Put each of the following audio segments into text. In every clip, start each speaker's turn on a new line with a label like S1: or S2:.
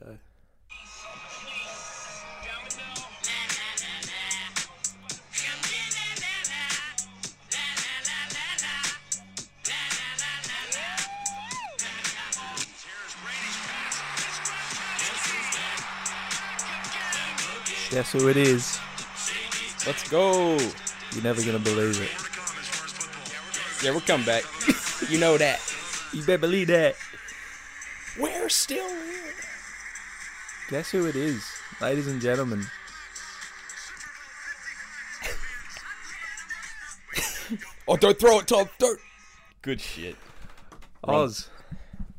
S1: go. Guess who it is?
S2: Let's go.
S1: You're never gonna believe it.
S2: Yeah, we're coming back. you know that.
S1: You better believe that.
S2: We're still here.
S1: Guess who it is, ladies and gentlemen?
S2: Oh, don't throw it, Tom. Don't. Good shit. Wrong.
S1: Oz.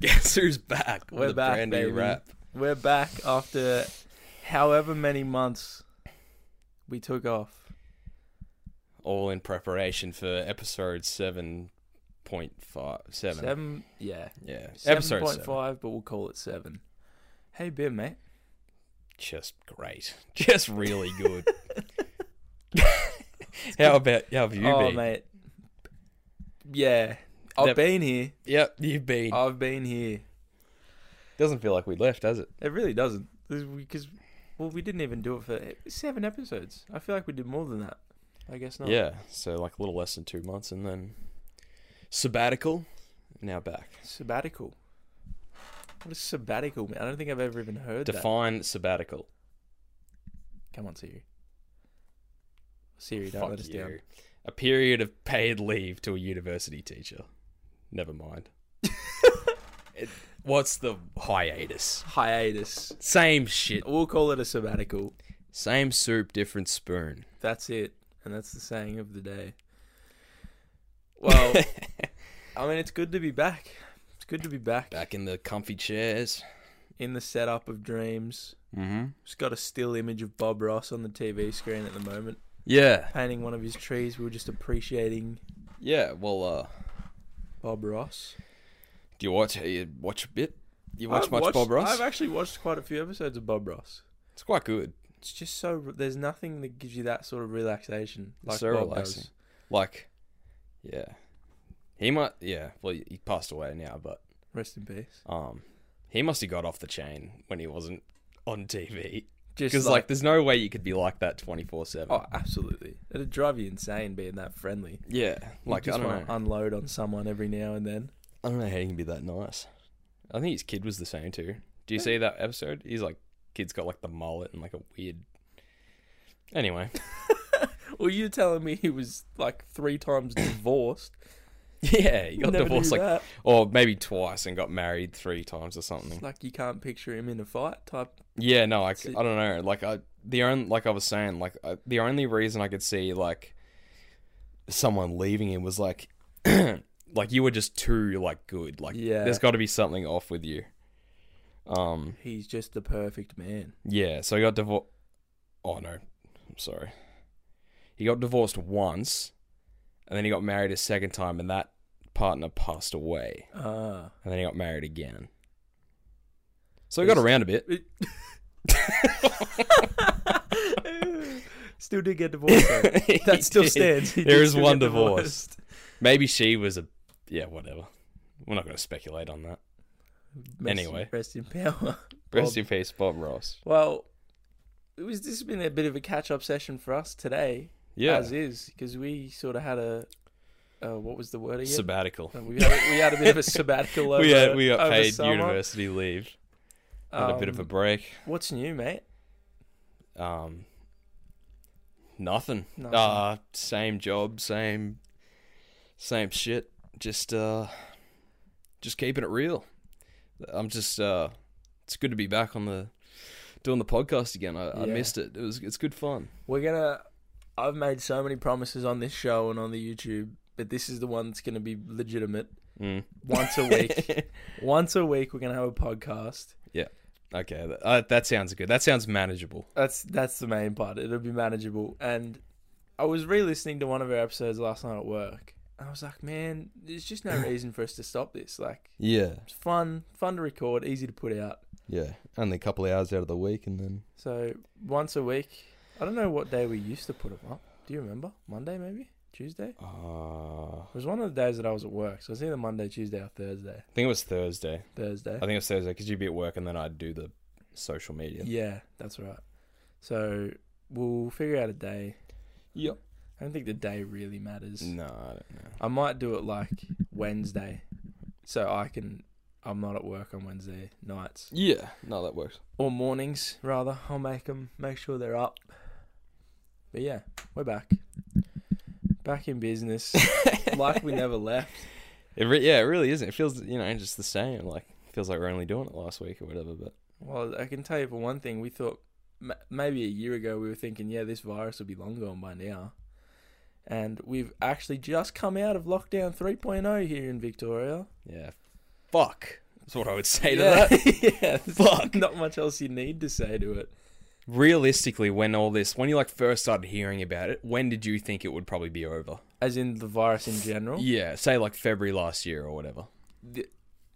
S2: Guess who's back?
S1: We're
S2: with a
S1: back,
S2: brand
S1: baby.
S2: new rap.
S1: We're back after however many months we took off.
S2: All in preparation for episode seven point five seven.
S1: Seven, yeah,
S2: Yeah,
S1: seven
S2: episode
S1: point
S2: seven.
S1: five, but we'll call it seven. Hey, beer, mate.
S2: Just great. Just really good. how about how have you
S1: oh,
S2: been?
S1: mate. Yeah, I've
S2: That-
S1: been here.
S2: Yep, you've been.
S1: I've been here.
S2: Doesn't feel like we left, does it?
S1: It really doesn't, because well, we didn't even do it for seven episodes. I feel like we did more than that. I guess not.
S2: Yeah. So like a little less than two months, and then sabbatical. Now back.
S1: Sabbatical. What is sabbatical? Man? I don't think I've ever even heard that.
S2: Define sabbatical.
S1: Come on, Siri. Siri, don't
S2: Fuck
S1: let us
S2: you.
S1: down.
S2: A period of paid leave to a university teacher. Never mind. It- what's the hiatus?
S1: Hiatus.
S2: Same shit.
S1: We'll call it a sabbatical.
S2: Same soup, different spoon.
S1: That's it, and that's the saying of the day. Well, I mean, it's good to be back. It's good to be back,
S2: Back in the comfy chairs.
S1: in the setup of dreams.
S2: Mm-hmm.
S1: Just got a still image of Bob Ross on the TV screen at the moment,
S2: Yeah.
S1: painting one of his trees. We were just appreciating
S2: Yeah. Well, uh,
S1: Bob Ross.
S2: do you watch? You watch a bit? You watch
S1: I've
S2: much
S1: watched-
S2: Bob Ross?
S1: I've actually watched quite a few episodes of Bob Ross.
S2: It's quite good.
S1: It's just so there's nothing that gives you that sort of relaxation like
S2: So
S1: Bob
S2: relaxing.
S1: does.
S2: Like, yeah. He might. Yeah. Well, he he passed away now, but
S1: Rest in peace.
S2: um, he must have got off the chain when he wasn't on TV.
S1: Just
S2: Because like, there's no way you could be like that 24 seven.
S1: oh, absolutely, it'd drive you insane being that friendly.
S2: Yeah.
S1: You
S2: Like I
S1: just
S2: don't know.
S1: wanna unload on someone every now and then.
S2: I don't know how you can be that nice. I think his kid was the same too. Do you see that episode? He's like, kid's got like the mullet and like a weird. Anyway,
S1: Well, you're telling me he was like three times divorced.
S2: yeah, he got
S1: Never knew
S2: divorced like,
S1: that.
S2: or maybe twice and got married three times or something.
S1: like you can't picture him in a fight type.
S2: Yeah, no, I,
S1: So-
S2: I don't know. Like I, the only like I was saying, like I, the only reason I could see like someone leaving him was like, like you were just too like good. Like
S1: Yeah.
S2: there's got to be something off with you. Um.
S1: He's just the perfect man.
S2: Yeah, so he got divorced. Oh no, I'm sorry. He got divorced once, and then he got married a second time, and that partner passed away,
S1: Ah,
S2: and then he got married again. So he got
S1: Is-
S2: around a bit.
S1: still did get divorced. Though. That still stands. He
S2: There
S1: did
S2: is
S1: still
S2: one
S1: get
S2: divorce. Maybe she was a yeah, whatever. We're not going to speculate on that.
S1: divorced. Rest in-
S2: Anyway.
S1: rest in power.
S2: Rest
S1: Bob.
S2: in peace, Bob Ross.
S1: Well, it was. This has been a bit of a catch-up session for us today,
S2: Yeah,
S1: as is, because we sort of had a, uh, what was the word again?
S2: sabbatical.
S1: Uh, we, had a, we had a bit of a sabbatical over.
S2: we had we got
S1: over
S2: paid
S1: summer.
S2: university leave. Had a bit of a
S1: Um,
S2: break.
S1: What's new, mate?
S2: Um, nothing.
S1: Nothing.
S2: Uh, same job, same, same shit. Just uh, just keeping it real. I'm just uh, it's good to be back on the doing the podcast again. I, I
S1: Yeah.
S2: missed it. It was it's good fun.
S1: We're gonna. I've made so many promises on this show and on the YouTube, but this is the one that's gonna be legitimate.
S2: Mm.
S1: Once a week, once a week, we're gonna have a podcast.
S2: Okay, th- uh, that sounds good. That sounds manageable.
S1: That's that's the main part. It'll be manageable. And I was re-listening to one of our episodes last night at work. And I was like, man, there's just no reason for us to stop this. Like,
S2: Yeah,
S1: it's fun, fun to record, easy to put out.
S2: yeah. Only a couple of hours out of the week, and then
S1: So once a week. I don't know what day we used to put them up. Do you remember? Monday, maybe Tuesday.
S2: uh,
S1: It was one of the days that I was at work, so it was either Monday, Tuesday, or Thursday.
S2: I think it was Thursday.
S1: Thursday.
S2: Oh, I think it was Thursday because you'd be at work, and then I'd do the social media.
S1: Yeah, that's right. So we'll figure out a day.
S2: Yep.
S1: I don't think the day really matters.
S2: No, I don't know.
S1: I might do it like Wednesday, so I can. I'm not at work on Wednesday nights
S2: Yeah, no, that works.
S1: or mornings rather. I'll make them make sure they're up. But yeah, we're back, back in business, like we never left.
S2: It re- yeah, it really isn't. It feels you know just the same. Like feels like we're only doing it last week or whatever. But
S1: Well, I can tell you for one thing, we thought m- maybe a year ago we were thinking, yeah, this virus will be long gone by now. And we've actually just come out of lockdown 3.0 here in Victoria.
S2: yeah, fuck. That's what I would say to
S1: yeah,
S2: that.
S1: yeah, there's
S2: Fuck.
S1: Not much else you need to say to it.
S2: Realistically, when all this, when you like first started hearing about it, when did you think it would probably be over?
S1: As in the virus in general.
S2: Yeah, say like February last year or whatever.
S1: The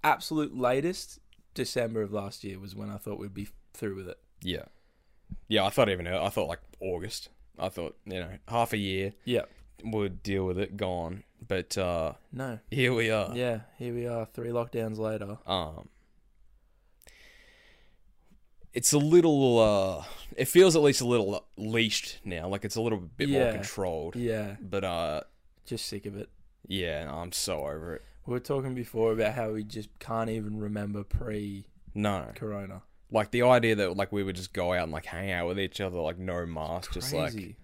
S1: absolute latest, December of last year, was when I thought we'd be through with it.
S2: Yeah, yeah. I thought even I thought like August. I thought you know half a year
S1: Yeah.
S2: would deal with it gone, but uh
S1: No.
S2: here we are.
S1: Uh. yeah, here we are, three lockdowns later.
S2: um it's a little uh it feels at least a little leashed now like it's a little bit more
S1: Yeah.
S2: controlled
S1: Yeah,
S2: but uh
S1: just sick of it.
S2: yeah i'm so over it
S1: We were talking before about how we just can't even remember pre
S2: no
S1: corona.
S2: like the idea that like we would just go out and like hang out with each other like no mask just like
S1: Crazy.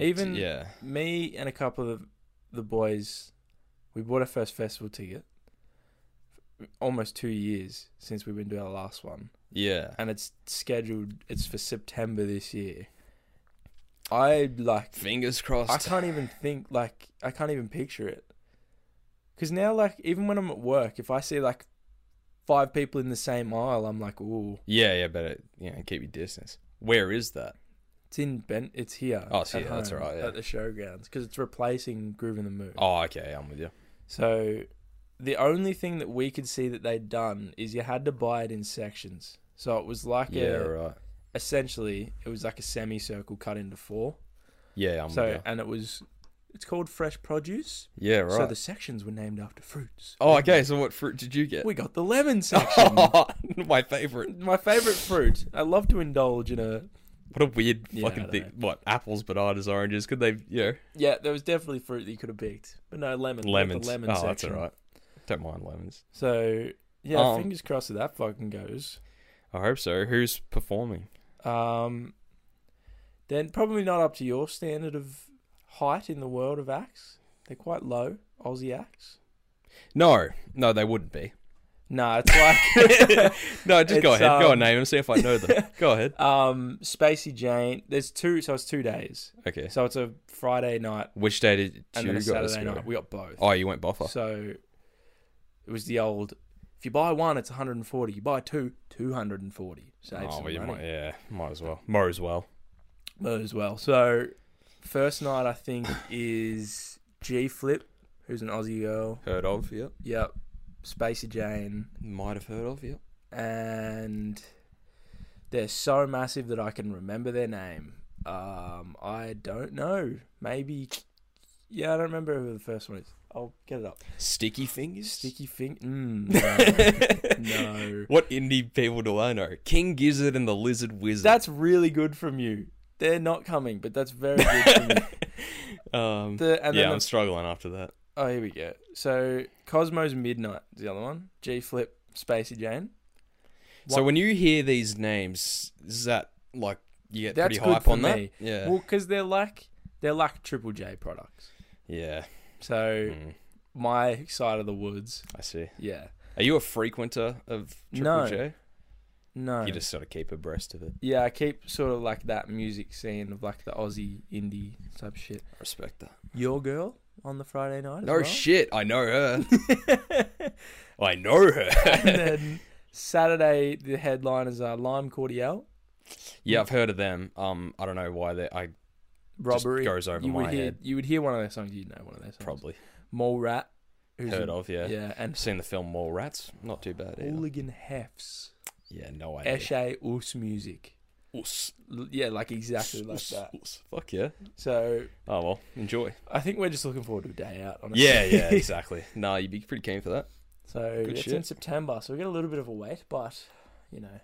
S1: even
S2: yeah
S1: me and a couple of the boys, we bought our first festival ticket. Almost two years since we went to our last one,
S2: yeah
S1: and it's scheduled. It's for September this year. I like. I
S2: fingers crossed
S1: can't even think. Like I can't even picture it. Cause now, like, even when I'm at work, if I see like five people in the same aisle, I'm like, ooh,
S2: yeah yeah better you know keep your distance where is that
S1: it's in Bent. It's here.
S2: Oh, it's
S1: at
S2: here, that's
S1: home,
S2: right, yeah.
S1: At the showgrounds, because it's replacing Groove in the Move.
S2: oh okay i'm with you
S1: So the only thing that we could see that they'd done is you had to buy it in sections. So it was like
S2: yeah
S1: a
S2: right
S1: essentially it was like a semicircle cut into four.
S2: yeah i'm
S1: so
S2: with you
S1: and it was it's called fresh produce.
S2: yeah right
S1: So the sections were named after fruits.
S2: oh okay so what fruit did you get
S1: We got the lemon section.
S2: my favorite
S1: My favorite fruit. I love to indulge in a
S2: What a weird
S1: Yeah, I
S2: fucking
S1: don't
S2: thing. What apples, bananas, oranges? Could they? You know,
S1: Yeah, there was definitely fruit that you could have picked. But no lemon. we got
S2: lemons.
S1: The lemon
S2: oh,
S1: section.
S2: that's all right. Don't mind lemons.
S1: So yeah,
S2: Um,
S1: fingers crossed that that fucking goes.
S2: I hope so. Who's performing?
S1: Um, then probably not up to your standard of height in the world of acts. They're quite low, Aussie acts.
S2: No, no, they wouldn't be.
S1: No, it's like
S2: No, just go
S1: It's,
S2: ahead. go
S1: um,
S2: and name them. See if I know them. go ahead.
S1: um, Spacey Jane. There's two, so it's two days.
S2: Okay.
S1: So it's a Friday night
S2: Which day did
S1: and
S2: you
S1: then a
S2: guys
S1: Saturday
S2: go?
S1: night. We got both.
S2: Oh, you went buffer.
S1: So it was the old. If you buy one, it's 140. You buy two, 240. Save
S2: oh,
S1: some
S2: well, you
S1: money.
S2: might. Yeah, might as well. Might as well.
S1: Might as well. So first night I think is G Flip, who's an Aussie girl.
S2: Heard of? Yep.
S1: Yep. Spacey Jane.
S2: Might have heard of. Yep.
S1: And they're so massive that I can remember their name. Um, I don't know. Maybe. Yeah, I don't remember who the first one is. I'll get it up.
S2: Sticky fingers.
S1: Sticky Fink. Mm, no. no.
S2: What indie people do I know? King Gizzard and the Lizard Wizard.
S1: That's really good from you. They're not coming, but that's very good from you.
S2: um.
S1: The, and then
S2: yeah,
S1: the
S2: I'm struggling after that.
S1: Oh, here we go. So Cosmos Midnight is the other one. G Flip, Spacey Jane.
S2: So
S1: What-
S2: when you hear these names, is that like you get
S1: That's
S2: pretty
S1: good
S2: hype
S1: for
S2: on that?
S1: me.
S2: Yeah,
S1: Well, because they're like they're like Triple J products.
S2: yeah.
S1: So
S2: Mm,
S1: my side of the woods.
S2: I see.
S1: Yeah.
S2: Are you a frequenter of Triple
S1: No.
S2: J?
S1: No.
S2: You just sort of keep abreast of it.
S1: Yeah, I keep sort of like that music scene of like the Aussie indie type shit.
S2: I respect that.
S1: Your girl on the Friday night. as
S2: No
S1: well.
S2: shit, I know her. I know
S1: and
S2: her.
S1: then Saturday the headliners are Lime Cordial,
S2: yeah, I've heard of them. Um, I don't know why they. I
S1: Robbery.
S2: goes over
S1: you would
S2: my
S1: hear,
S2: head.
S1: You would hear one of their songs. You'd know one of their songs.
S2: probably
S1: Mole Rat. Who's
S2: heard
S1: an-
S2: of. Yeah.
S1: Yeah, and
S2: seen the film More Rats. Not too bad either.
S1: Hooligan Hefts.
S2: yeah, no idea.
S1: Eshe Us Music.
S2: Us,
S1: L- Yeah, like exactly
S2: us,
S1: like
S2: us,
S1: that.
S2: us. Fuck yeah.
S1: So
S2: Oh well, enjoy.
S1: I think we're just looking forward to a day out. Honestly.
S2: Yeah, yeah, exactly. no, you'd be pretty keen for that.
S1: So
S2: Good
S1: it's
S2: shit.
S1: in September, so we get a little bit of a wait, but you know,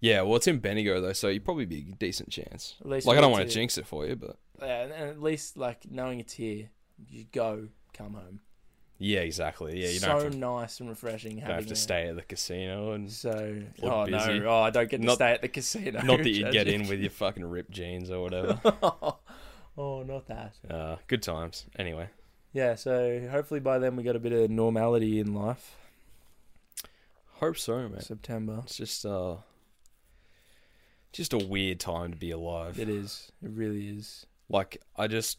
S2: Yeah, well, it's in Bendigo though, so you'd probably be a decent chance.
S1: At least
S2: Like, I
S1: we
S2: don't
S1: get
S2: want
S1: to-
S2: to jinx it for you, but
S1: Yeah, and and at least like knowing it's here, you go, come home.
S2: yeah, exactly. Yeah, you
S1: so
S2: don't have to,
S1: nice and refreshing.
S2: don't have
S1: having
S2: to
S1: a-
S2: stay at the casino, and
S1: So,
S2: Or
S1: oh
S2: busy.
S1: no, oh I don't get to
S2: Not-
S1: stay at the casino.
S2: not that you'd get in
S1: Tragic.
S2: with your fucking ripped jeans or whatever.
S1: oh, not that.
S2: uh, good times. Anyway,
S1: Yeah, so hopefully by then we got a bit of normality in life.
S2: hope so, man.
S1: September.
S2: It's just uh, just a weird time to be alive.
S1: It is. It really is.
S2: like I just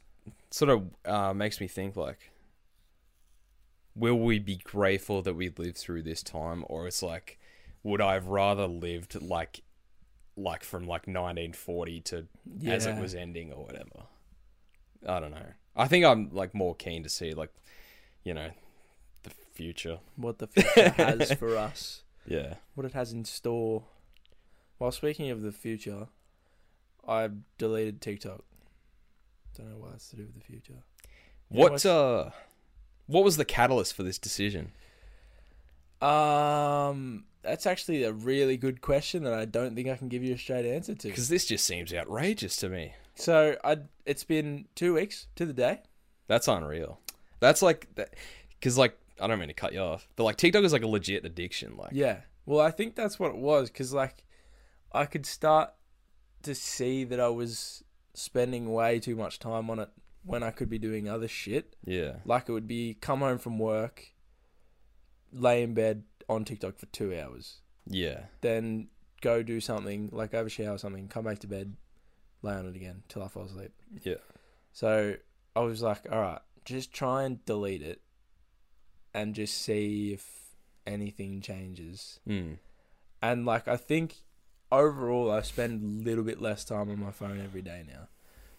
S2: sort of uh, makes me think like, will we be grateful that we lived through this time, or it's like, would I have rather lived like, like from like 1940 to
S1: Yeah.
S2: as it was ending or whatever? I don't know. I think I'm like more keen to see like, you know, the future.
S1: What the future has for us.
S2: Yeah.
S1: What it has in store. While speaking of the future, I deleted TikTok. Don't know why it's to do with the future. Yeah,
S2: What
S1: what's-
S2: uh, what was the catalyst for this decision?
S1: Um, that's actually a really good question that I don't think I can give you a straight answer to.
S2: Because this just seems outrageous to me.
S1: So I, it's been two weeks to the day.
S2: That's unreal. That's like that because like I don't mean to cut you off, but like TikTok is like a legit addiction. Like
S1: Yeah. Well, I think that's what it was because like I could start to see that I was spending way too much time on it when I could be doing other shit.
S2: yeah,
S1: Like it would be come home from work, lay in bed on TikTok for two hours,
S2: yeah,
S1: then go do something like have a shower or something, come back to bed, lay on it again till I fall asleep.
S2: yeah,
S1: So I was like, all right, just try and delete it and just see if anything changes.
S2: mm.
S1: And like, I think overall, I spend a little bit less time on my phone every day now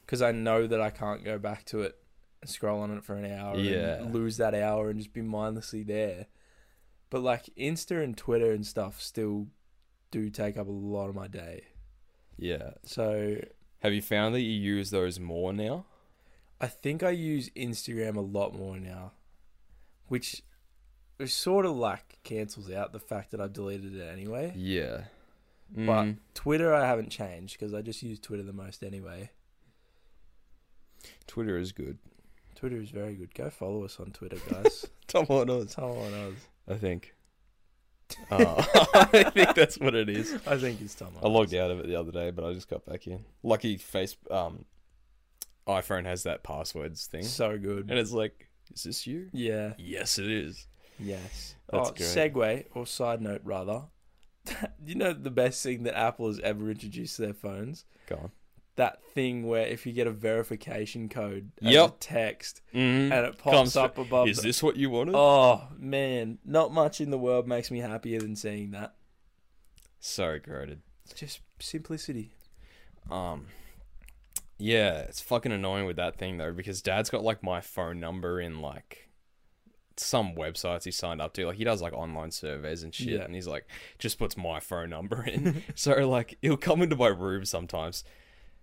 S1: because I know that I can't go back to it and scroll on it for an hour
S2: Yeah.
S1: and lose that hour and just be mindlessly there. But like, Insta and Twitter and stuff still do take up a lot of my day.
S2: yeah.
S1: So
S2: Have you found that you use those more now?
S1: I think I use Instagram a lot more now, which which sort of like cancels out the fact that I've deleted it anyway.
S2: Yeah, Mm.
S1: But- Twitter I haven't changed because I just use Twitter the most anyway.
S2: Twitter is good.
S1: Twitter is very good. Go follow us on Twitter, guys.
S2: Tom on us,
S1: Tell on us.
S2: I think. Uh, I think that's what it is.
S1: I think it's Tom.
S2: I logged out of it the other day, but I just got back in. Lucky face um, iPhone has that passwords thing,
S1: So good.
S2: and it's like, is this you?
S1: Yeah.
S2: Yes, it is.
S1: Yes.
S2: That's
S1: oh,
S2: great.
S1: segue or side note rather. you know the best thing that Apple has ever introduced to their phones?
S2: Go on.
S1: That thing where if you get a verification code as a
S2: Yep.
S1: text
S2: Mm.
S1: and it pops
S2: Comes
S1: up above
S2: Is
S1: the-
S2: this what you wanted?
S1: Oh man, not much in the world makes me happier than seeing that.
S2: So goaded.
S1: It's just simplicity.
S2: Um, yeah, it's fucking annoying with that thing though because Dad's got like my phone number in like some websites he signed up to. Like he does like online surveys and shit,
S1: Yeah.
S2: and he's like just puts my phone number in. so like he'll come into my room sometimes.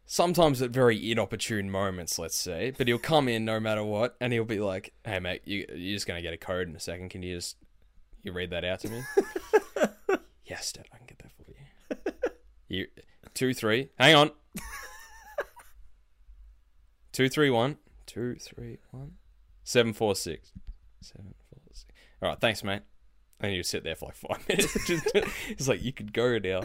S2: Sometimes at very inopportune moments, let's say, but he'll come in no matter what, and he'll be like, "Hey mate, you, you're just gonna get a code in a second. Can you just you read that out to me?" yes, Dad, I can get that for you. You two three. Hang on. two three one. Two three one. Seven four six. Seven four six. All right, thanks, mate. And you sit there for like five minutes. Just, it's like you could go now.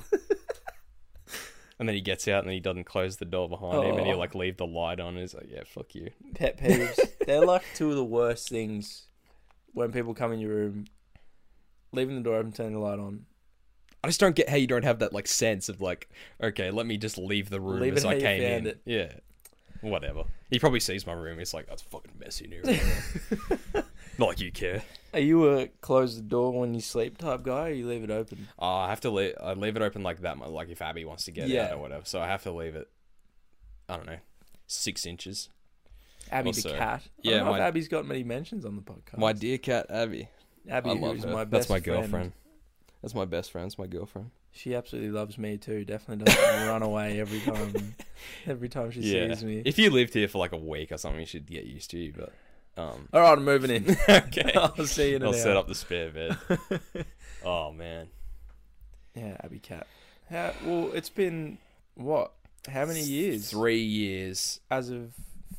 S2: And then he gets out and then he doesn't close the door behind him and
S1: Oh.
S2: he'll like leave the light on. He's like, yeah, fuck you.
S1: Pet peeves. They're like two of the worst things when people come in your room, leaving the door open, turning the light on.
S2: I just don't get how you don't have that like sense of like, okay, let me just leave the room
S1: Leave
S2: as
S1: it
S2: I
S1: how you
S2: came
S1: found
S2: in.
S1: it.
S2: Yeah, whatever. He probably sees my room. He's like, that's fucking messy in here. Not like you care.
S1: Are you a close the door when you sleep type guy, or you leave it open?
S2: Oh, I have to leave. I leave it open like that. mu- Like if Abby wants to get
S1: Yeah.
S2: out or whatever, so I have to leave it. I don't know, six inches.
S1: Abby
S2: Also,
S1: the cat. I
S2: yeah,
S1: don't know if
S2: my-
S1: Abby's got many mentions on the podcast.
S2: dear cat Abby,
S1: Abby, who's my best
S2: That's my
S1: friend.
S2: girlfriend. That's my best friend. That's my girlfriend.
S1: She absolutely loves me too. Definitely doesn't run away every time. Every time she
S2: yeah.
S1: sees me.
S2: If you lived here for like a week or something, she'd get used to you. But um,
S1: All right, I'm moving in.
S2: okay.
S1: I'll see you in an
S2: I'll set
S1: hour.
S2: up the spare bed. oh man.
S1: Yeah, Abby Cat. How, well, it's been what? How many years?
S2: Three years.
S1: As of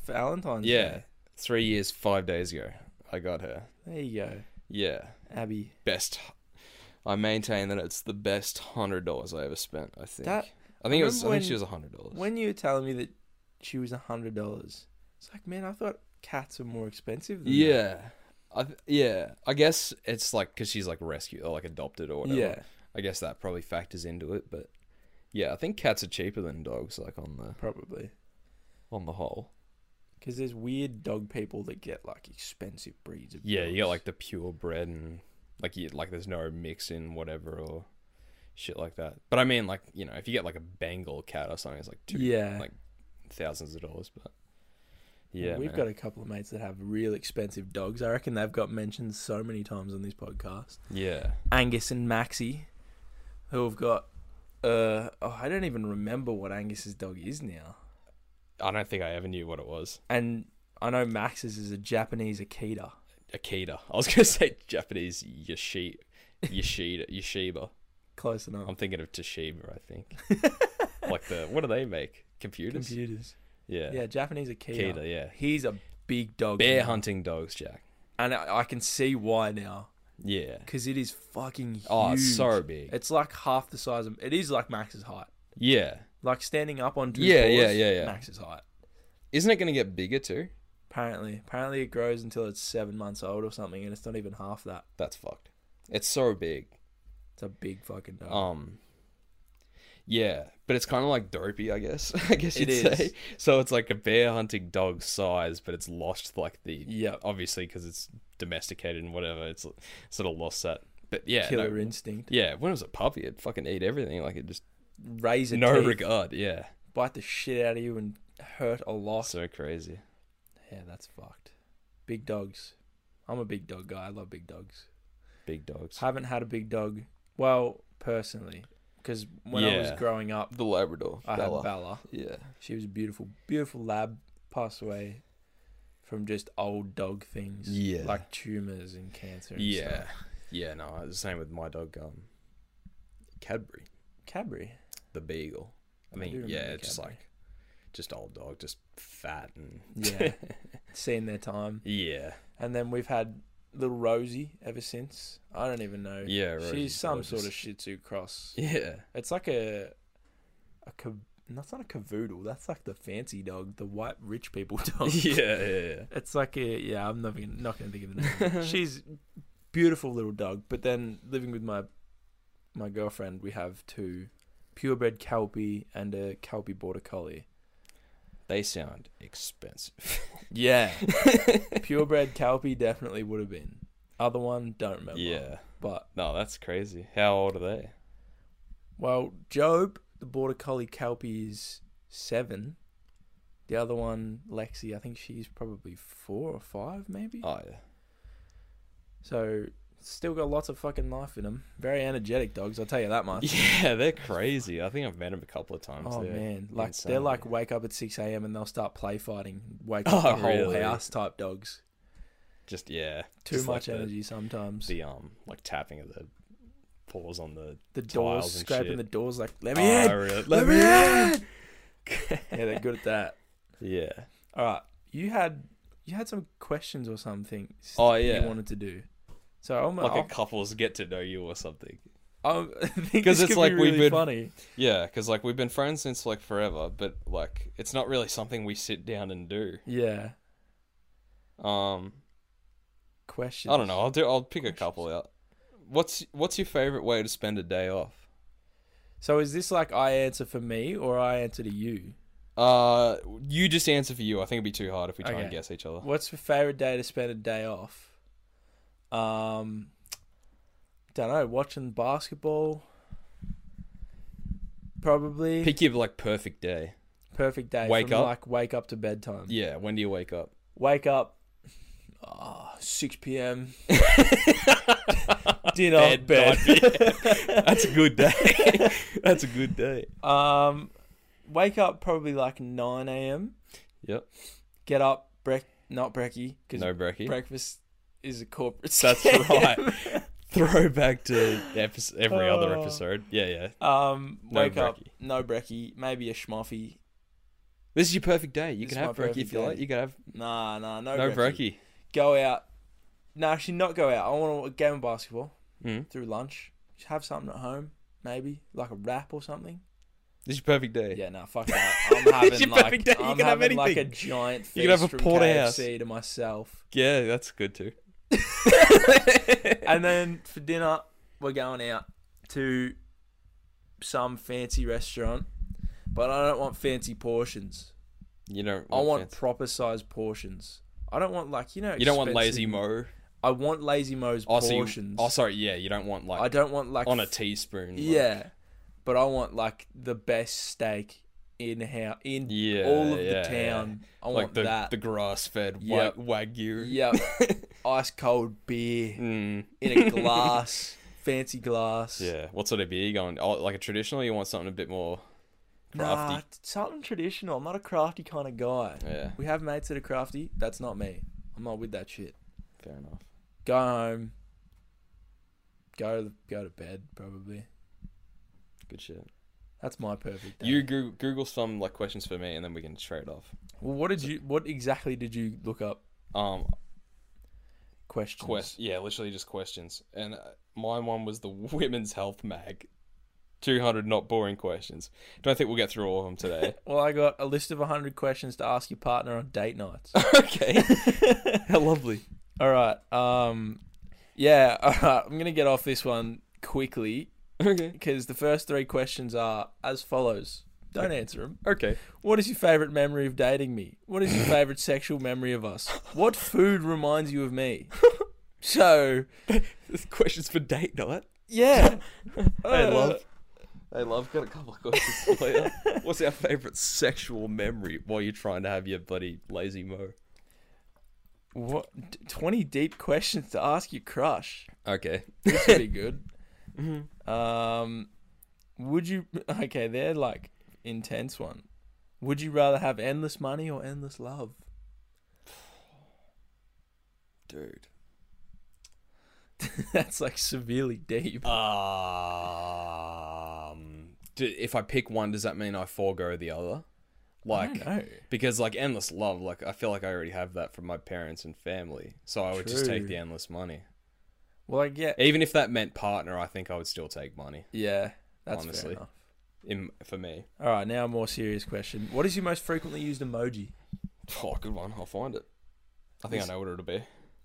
S1: Valentine's
S2: Yeah.
S1: Day.
S2: Three years, five days ago. I got her.
S1: There you go,
S2: Yeah.
S1: Abby.
S2: Best. I maintain that it's the best hundred dollars I ever spent. I think.
S1: That-
S2: I think it was.
S1: remember
S2: I think
S1: when-
S2: she was hundred dollars.
S1: When you were telling me that she was a hundred dollars, it's like, man, I thought cats are more expensive. Than that.
S2: Yeah. I th- yeah. I guess it's like because she's like rescued or like adopted or whatever.
S1: yeah,
S2: I guess that probably factors into it, but yeah, I think cats are cheaper than dogs, like on the
S1: probably.
S2: on the whole.
S1: Because there's weird dog people that get like expensive breeds of
S2: Yeah,
S1: dogs.
S2: you got like the purebred and like you like there's no mix in whatever or shit like that. But I mean, like you know, if you get like a Bengal cat or something, it's like two
S1: yeah.
S2: like, thousands of dollars. But yeah,
S1: we've
S2: man.
S1: got a couple of mates that have real expensive dogs. I reckon they've got mentioned so many times on this podcast.
S2: yeah,
S1: Angus and Maxie, who have got. Uh, oh, I don't even remember what Angus's dog is now.
S2: I don't think I ever knew what it was.
S1: And I know Max's is a Japanese Akita.
S2: Akita. I was gonna say Japanese Yoshi, Yoshida, Yoshiba.
S1: Close enough.
S2: I'm thinking of Toshiba. I think. Um, like the what do they make? Computers.
S1: Computers.
S2: Yeah.
S1: Yeah, Japanese Akita.
S2: Akita. Yeah.
S1: He's a big dog.
S2: Bear
S1: now.
S2: hunting dogs, Jack.
S1: And I, I can see why now.
S2: Yeah.
S1: Because it is fucking huge.
S2: Oh, it's so big.
S1: It's like half the size of. It is like Max's height.
S2: Yeah.
S1: Like standing up on two
S2: Yeah,
S1: paws,
S2: yeah, yeah, yeah.
S1: Max's height.
S2: Isn't it going to get bigger too?
S1: Apparently, apparently it grows until it's seven months old or something, and it's not even half that.
S2: That's fucked. It's so big.
S1: It's a big fucking dog.
S2: Um. Yeah, but it's kind of like dopey, I guess. I guess you'd
S1: It is.
S2: say. So it's like a bear hunting dog size, but it's lost like the
S1: yeah,
S2: obviously because it's domesticated and whatever. It's sort of lost that. But yeah, no-
S1: killer instinct.
S2: yeah. When it was a puppy, it'd fucking eat everything. Like it just
S1: Razor
S2: no
S1: teeth,
S2: regard. Yeah,
S1: bite the shit out of you and hurt a lot.
S2: so crazy.
S1: yeah, that's fucked. Big dogs. I'm a big dog guy. I love big dogs.
S2: Big dogs.
S1: Haven't had a big dog. Well, personally, because when I was
S2: Yeah.
S1: growing up,
S2: The Labrador.
S1: I
S2: Bella.
S1: had Bella.
S2: yeah.
S1: She was a beautiful, beautiful lab. Passed away from just old dog things.
S2: Yeah.
S1: Like tumors and cancer. And
S2: yeah.
S1: Stuff.
S2: Yeah, no, it's the same with my dog, um, Cadbury,
S1: Cadbury.
S2: the beagle. I
S1: I do
S2: mean,
S1: remember
S2: yeah, it's just
S1: Cadbury.
S2: like, just old dog, just fat and
S1: Yeah. Seen their time.
S2: yeah,
S1: And then we've had little Rosie ever since. I don't even know.
S2: yeah.
S1: She's
S2: Rosie's
S1: some
S2: gorgeous.
S1: sort of Shih Tzu cross.
S2: yeah,
S1: It's like a, a ca- that's not a cavoodle. That's like the fancy dog, the white rich people dog.
S2: yeah, yeah, yeah.
S1: It's like a yeah. I'm not gonna, not going to think of the name. She's beautiful little dog. But then living with my my girlfriend, we have two purebred Kelpie and a Kelpie Border Collie.
S2: They sound expensive.
S1: Yeah, purebred Kelpie definitely would have been. Other one, don't remember.
S2: yeah,
S1: but
S2: no, that's crazy. How old are they?
S1: well, Job the Border Collie Kelpie is seven. The other one, Lexi, I think she's probably four or five, maybe.
S2: Oh yeah,
S1: So still got lots of fucking life in them. Very energetic dogs, I'll tell you that much.
S2: yeah, they're crazy. I think I've met them a couple of times.
S1: Oh
S2: They're
S1: man, like
S2: insane.
S1: they're like wake up at six a.m. and they'll start play fighting, wake
S2: Oh,
S1: up the whole
S2: really?
S1: house type dogs.
S2: just yeah,
S1: Too
S2: just like
S1: much
S2: the-
S1: energy sometimes. The,
S2: The um, like tapping of the paws on the
S1: doors
S2: tiles and
S1: scraping
S2: shit.
S1: the doors like let me
S2: Oh,
S1: in,
S2: really? Let
S1: let
S2: me
S1: me in. yeah, they're good at that.
S2: yeah.
S1: All right, you had you had some questions or something. s-
S2: Oh,
S1: that
S2: yeah.
S1: you wanted to do. So I'm
S2: like a
S1: like
S2: couple's get to know you or something.
S1: because it's like we've been funny.
S2: Yeah, because like we've been friends since like forever, but like it's not really something we sit down and do.
S1: Yeah,
S2: Um,
S1: questions.
S2: I don't know. I'll do. I'll pick a couple out. What's What's your favorite way to spend a day off?
S1: So is this like I answer for me or I answer to you?
S2: Uh, you just answer for you. I think it'd be too hard if we try and
S1: Okay.
S2: guess each other.
S1: What's your favorite day to spend a day off? Um, don't know. Watching basketball, probably.
S2: Pick your like perfect day.
S1: Perfect day.
S2: Wake
S1: from
S2: up?
S1: like wake up to bedtime.
S2: Yeah. When do you wake up?
S1: Wake up. Oh, 6 p.m. Dinner,
S2: Bed,
S1: bed.
S2: That's a good day. That's a good day.
S1: Um, wake up probably like 9 a.m.
S2: Yep.
S1: Get up, brec- not brekkie, because
S2: No brekkie.
S1: breakfast is a corporate.
S2: That's right. Throwback to epi- every other
S1: Oh.
S2: episode. Yeah, yeah.
S1: Um,
S2: No
S1: wake up,
S2: brekkie.
S1: no brekkie, maybe a schmoffy.
S2: This is your perfect day. You
S1: This
S2: can
S1: is
S2: have
S1: my
S2: brekkie if
S1: perfect
S2: you
S1: day.
S2: like. You can have
S1: Nah, nah, no,
S2: no,
S1: no brekkie.
S2: brekkie.
S1: Go out. No, actually, not go out. I want a game of basketball
S2: Mm.
S1: through lunch. Just have something at home, maybe like a wrap or something.
S2: This is your perfect day.
S1: Yeah, no, fuck that. I'm having
S2: It's your
S1: like
S2: perfect day. You
S1: I'm
S2: can have
S1: having like a
S2: anything.
S1: giant feast
S2: You can have a
S1: from
S2: porterhouse.
S1: KFC to myself.
S2: Yeah, that's good too.
S1: and then for dinner, we're going out to some fancy restaurant, but I don't want fancy portions.
S2: You don't.
S1: I want
S2: fancy-
S1: proper sized portions. I don't want like you know.
S2: You don't want
S1: expensive-
S2: lazy mo.
S1: I want lazy mo's
S2: Oh, so you-
S1: portions.
S2: oh, sorry. Yeah, you don't want like
S1: I don't want like
S2: on a
S1: f-
S2: teaspoon. like-
S1: yeah, but I want like the best steak in how in
S2: yeah.
S1: all of
S2: yeah,
S1: the town. I
S2: yeah. Like
S1: want
S2: the
S1: that.
S2: the grass fed
S1: Yep.
S2: wagyu.
S1: Yeah, ice cold beer
S2: Mm.
S1: in a glass, fancy glass.
S2: Yeah. What sort of beer you going? Oh, like a traditional? You want something a bit more crafty?
S1: Nah, t- something traditional. I'm not a crafty kind of guy.
S2: Yeah.
S1: We have mates that are crafty. That's not me. I'm not with that shit.
S2: Fair enough.
S1: Go home. Go go to bed probably.
S2: Good shit.
S1: That's my perfect day.
S2: You Google, Google some like questions for me, and then we can trade off.
S1: well, what did you? What exactly did you look up?
S2: Um,
S1: Questions.
S2: quest. Yeah, literally just questions. And uh, mine one was the women's health mag. Two hundred not boring questions. Don't think we'll get through all of them today.
S1: Well, I got a list of 100 questions to ask your partner on date nights.
S2: okay. How lovely.
S1: All right. Um, yeah. All right. I'm gonna get off this one quickly
S2: Okay.
S1: because the first three questions are as follows. Don't answer them.
S2: Okay.
S1: What is your favorite memory of dating me? What is your favorite sexual memory of us? What food reminds you of me? So
S2: This questions for date night.
S1: yeah.
S2: Hey,
S1: Uh,
S2: love. Hey, love. Got a couple of questions for you. What's our favorite sexual memory while you're trying to have your bloody lazy mo?
S1: What? d- Twenty deep questions to ask your crush.
S2: Okay.
S1: This would be good. Um, would you? Okay, they're like intense one. Would you rather have endless money or endless love?
S2: Dude.
S1: That's like severely deep.
S2: Um, do, if I pick one, does that mean I forego the other?
S1: I
S2: Like,
S1: don't know.
S2: because like endless love, like I feel like I already have that from my parents and family, so I would just take
S1: True.
S2: the endless money.
S1: Well, I get.
S2: Even if that meant partner, I think I would still take money.
S1: Yeah, that's fair
S2: Honestly.
S1: enough.
S2: In for me,
S1: All right, now a more serious question. What is your most frequently used emoji?
S2: oh, good one. I'll find it. I think
S1: This-
S2: I know what it'll be.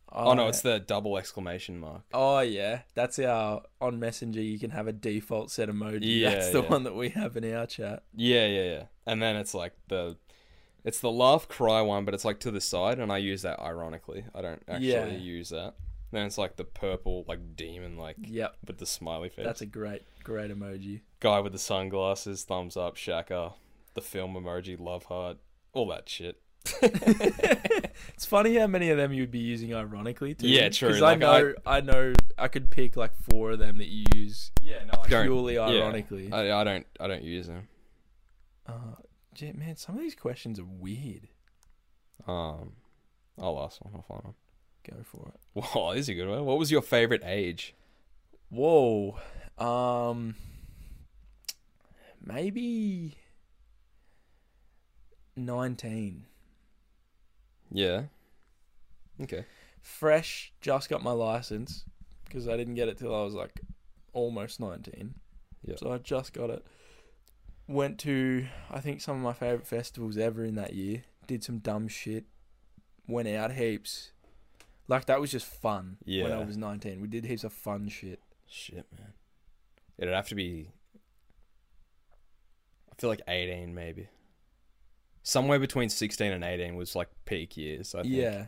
S2: Oh, no, it's the double exclamation mark.
S1: Oh yeah, that's our on Messenger. You can have a default set emoji.
S2: Yeah,
S1: that's the
S2: yeah.
S1: one that we have in our chat.
S2: Yeah, yeah, yeah. And then it's like the, it's the laugh cry one, but it's like to the side, and I use that ironically. I don't actually
S1: Yeah.
S2: use that. Then it's like the purple like demon like
S1: Yep,
S2: with the smiley face.
S1: that's a great, great emoji.
S2: guy with the sunglasses, thumbs up, Shaka, the film emoji, love heart, all that shit.
S1: It's funny how many of them you'd be using ironically too.
S2: Yeah, true,
S1: Because
S2: like,
S1: I know, I... know, I could pick like four of them that you use
S2: Yeah, no, I
S1: purely ironically.
S2: I, I don't. I don't use them.
S1: Uh, gee, man, some of these questions are weird.
S2: Um, I'll ask one. I'll find one.
S1: Go for it.
S2: Wow, this is a good one. What was your favorite age?
S1: Whoa, um, maybe nineteen.
S2: Yeah. Okay.
S1: fresh just got my license because I didn't get it till I was like almost 19.
S2: Yep.
S1: So I just got it. Went to I think some of my favorite festivals ever in that year. Did some dumb shit. Went out heaps. Like that was just fun when I
S2: Yeah.
S1: was 19. We did heaps of fun shit.
S2: Shit, man. It'd have to be. I feel like eighteen, maybe. Somewhere between sixteen and eighteen was like peak years. I think.
S1: Yeah.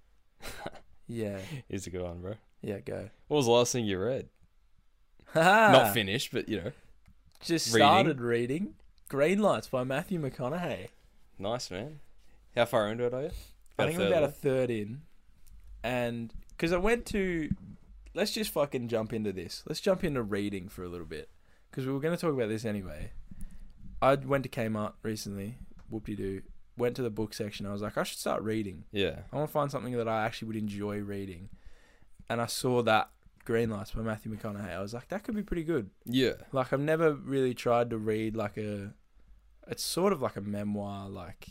S1: yeah.
S2: Is a good one, bro.
S1: Yeah, go.
S2: What was the last thing you read? Not
S1: Not
S2: finished, but you know.
S1: Just
S2: reading.
S1: started reading Green Lights by Matthew McConaughey.
S2: Nice, man. How far into it are you?
S1: I think
S2: About a
S1: I'm
S2: third
S1: about a
S2: left?
S1: third in, and because I went to, let's just fucking jump into this. Let's jump into reading for a little bit because we were going to talk about this anyway. I went to Kmart recently. Whoop de doo. Went to the book section. I was like, I should start reading.
S2: Yeah.
S1: I want to find something that I actually would enjoy reading, and I saw that Green Lights by Matthew McConaughey. I was like, that could be pretty good.
S2: Yeah.
S1: Like I've never really tried to read like a it's sort of like a memoir like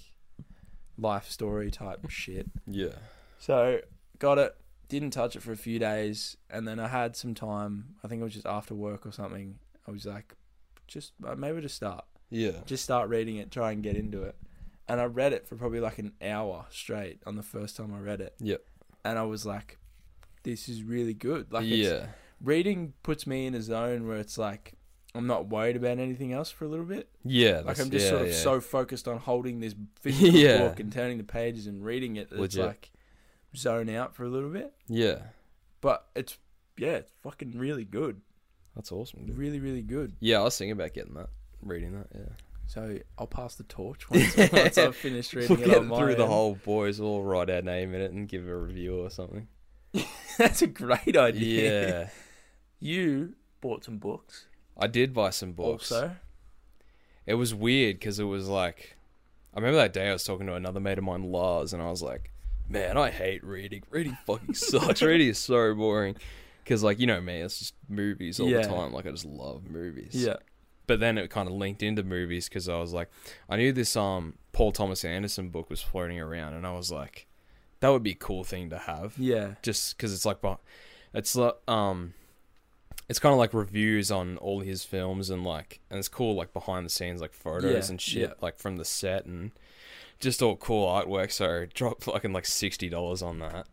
S1: life story type shit.
S2: Yeah.
S1: So got it, didn't touch it for a few days and then I had some time, I think it was just after work or something. I was like just uh, maybe just start.
S2: Yeah.
S1: Just start reading it, try and get into it. And I read it for probably like an hour straight on the first time I read it.
S2: Yep.
S1: And I was like this is really good. Like it's,
S2: yeah.
S1: reading puts me in a zone where it's like I'm not worried about anything else for a little bit.
S2: Yeah.
S1: Like
S2: that's-
S1: I'm just
S2: yeah,
S1: sort of
S2: yeah.
S1: so focused on holding this physical
S2: Yeah.
S1: book and turning the pages and reading it that it's
S2: Legit.
S1: like zone out for a little bit.
S2: Yeah.
S1: But it's yeah, it's fucking really good.
S2: That's awesome, dude.
S1: Really, really good.
S2: Yeah, I was thinking about getting that, reading that. Yeah.
S1: So I'll pass the torch once, once I've finished reading
S2: we'll
S1: it
S2: get
S1: on my
S2: through the
S1: end.
S2: whole boys. We'll write our name in it and give a review or something.
S1: That's a great idea.
S2: Yeah,
S1: You bought some books,
S2: I did buy some books.
S1: also.
S2: It was weird because it was like, I remember that day I was talking to another mate of mine, Lars, and I was like, "Man, I hate reading. Reading fucking sucks. reading is so boring." Because like you know me, it's just movies all
S1: Yeah.
S2: the time. Like I just love movies.
S1: Yeah.
S2: but then it kind of linked into movies because I was like, I knew this um Paul Thomas Anderson book was floating around, and I was like, that would be a cool thing to have,
S1: Yeah.
S2: just because it's like, bu- it's like um, it's kind of like reviews on all his films and like, and it's cool like behind the scenes like photos
S1: Yeah,
S2: and shit like from the set and just all cool artwork. So I dropped fucking like sixty dollars on that.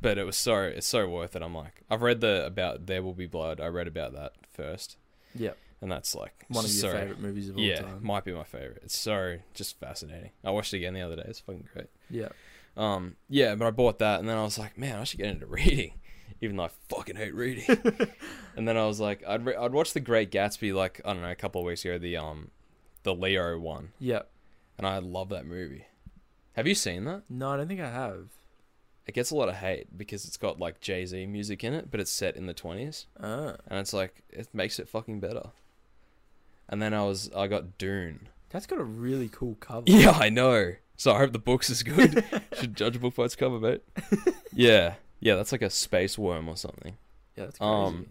S2: But it was so it's so worth it. I'm like I've read the about There Will Be Blood. I read about that first,
S1: Yep.
S2: and that's like it's
S1: One of
S2: just
S1: your
S2: so-
S1: favorite movies of all
S2: yeah,
S1: time.
S2: might be my favorite. It's so just fascinating. I watched it again the other day. It's fucking great.
S1: Yeah.
S2: Um, yeah, but I bought that, and then I was like, man, I should get into reading, even though I fucking hate reading. and then I was like, I'd re- I'd watch The Great Gatsby like I don't know a couple of weeks ago the um the Leo one,
S1: Yep.
S2: and I love that movie. Have you seen that?
S1: No, I don't think I have.
S2: It gets a lot of hate because it's got like Jay Z music in it, but it's set in the twenties.
S1: Ah,
S2: and it's like it makes it fucking better. And then I was I got Dune.
S1: that's got a really cool cover.
S2: Yeah, I know. So I hope the books is good. Should judge a book by its cover, mate. yeah, yeah, that's like a space worm or something.
S1: Yeah, that's crazy.
S2: Um,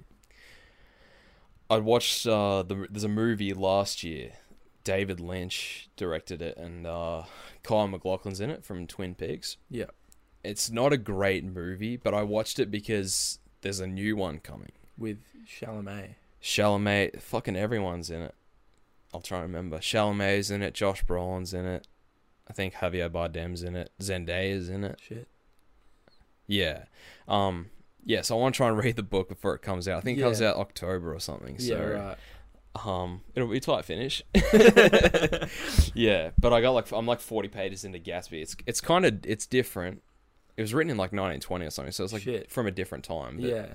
S2: I watched uh, the there's a movie last year. David Lynch directed it, and uh, Kyle McLaughlin's in it from Twin Peaks.
S1: Yeah.
S2: it's not a great movie, but I watched it because there's a new one coming.
S1: With Chalamet.
S2: Chalamet, fucking everyone's in it. I'll try and remember. Chalamet's in it. Josh Brolin's in it. I think Javier Bardem's in it. Zendaya's in it.
S1: Shit.
S2: Yeah. Um. Yeah. So I want to try and read the book before it comes out. I think it comes
S1: Yeah.
S2: out October or something. So
S1: yeah, right.
S2: um, it'll be a tight finish. yeah, but I got like I'm like 40 pages into Gatsby. It's it's kind of it's different. It was written in like 1920 or something, so it's like
S1: Shit.
S2: from a different time. But
S1: Yeah.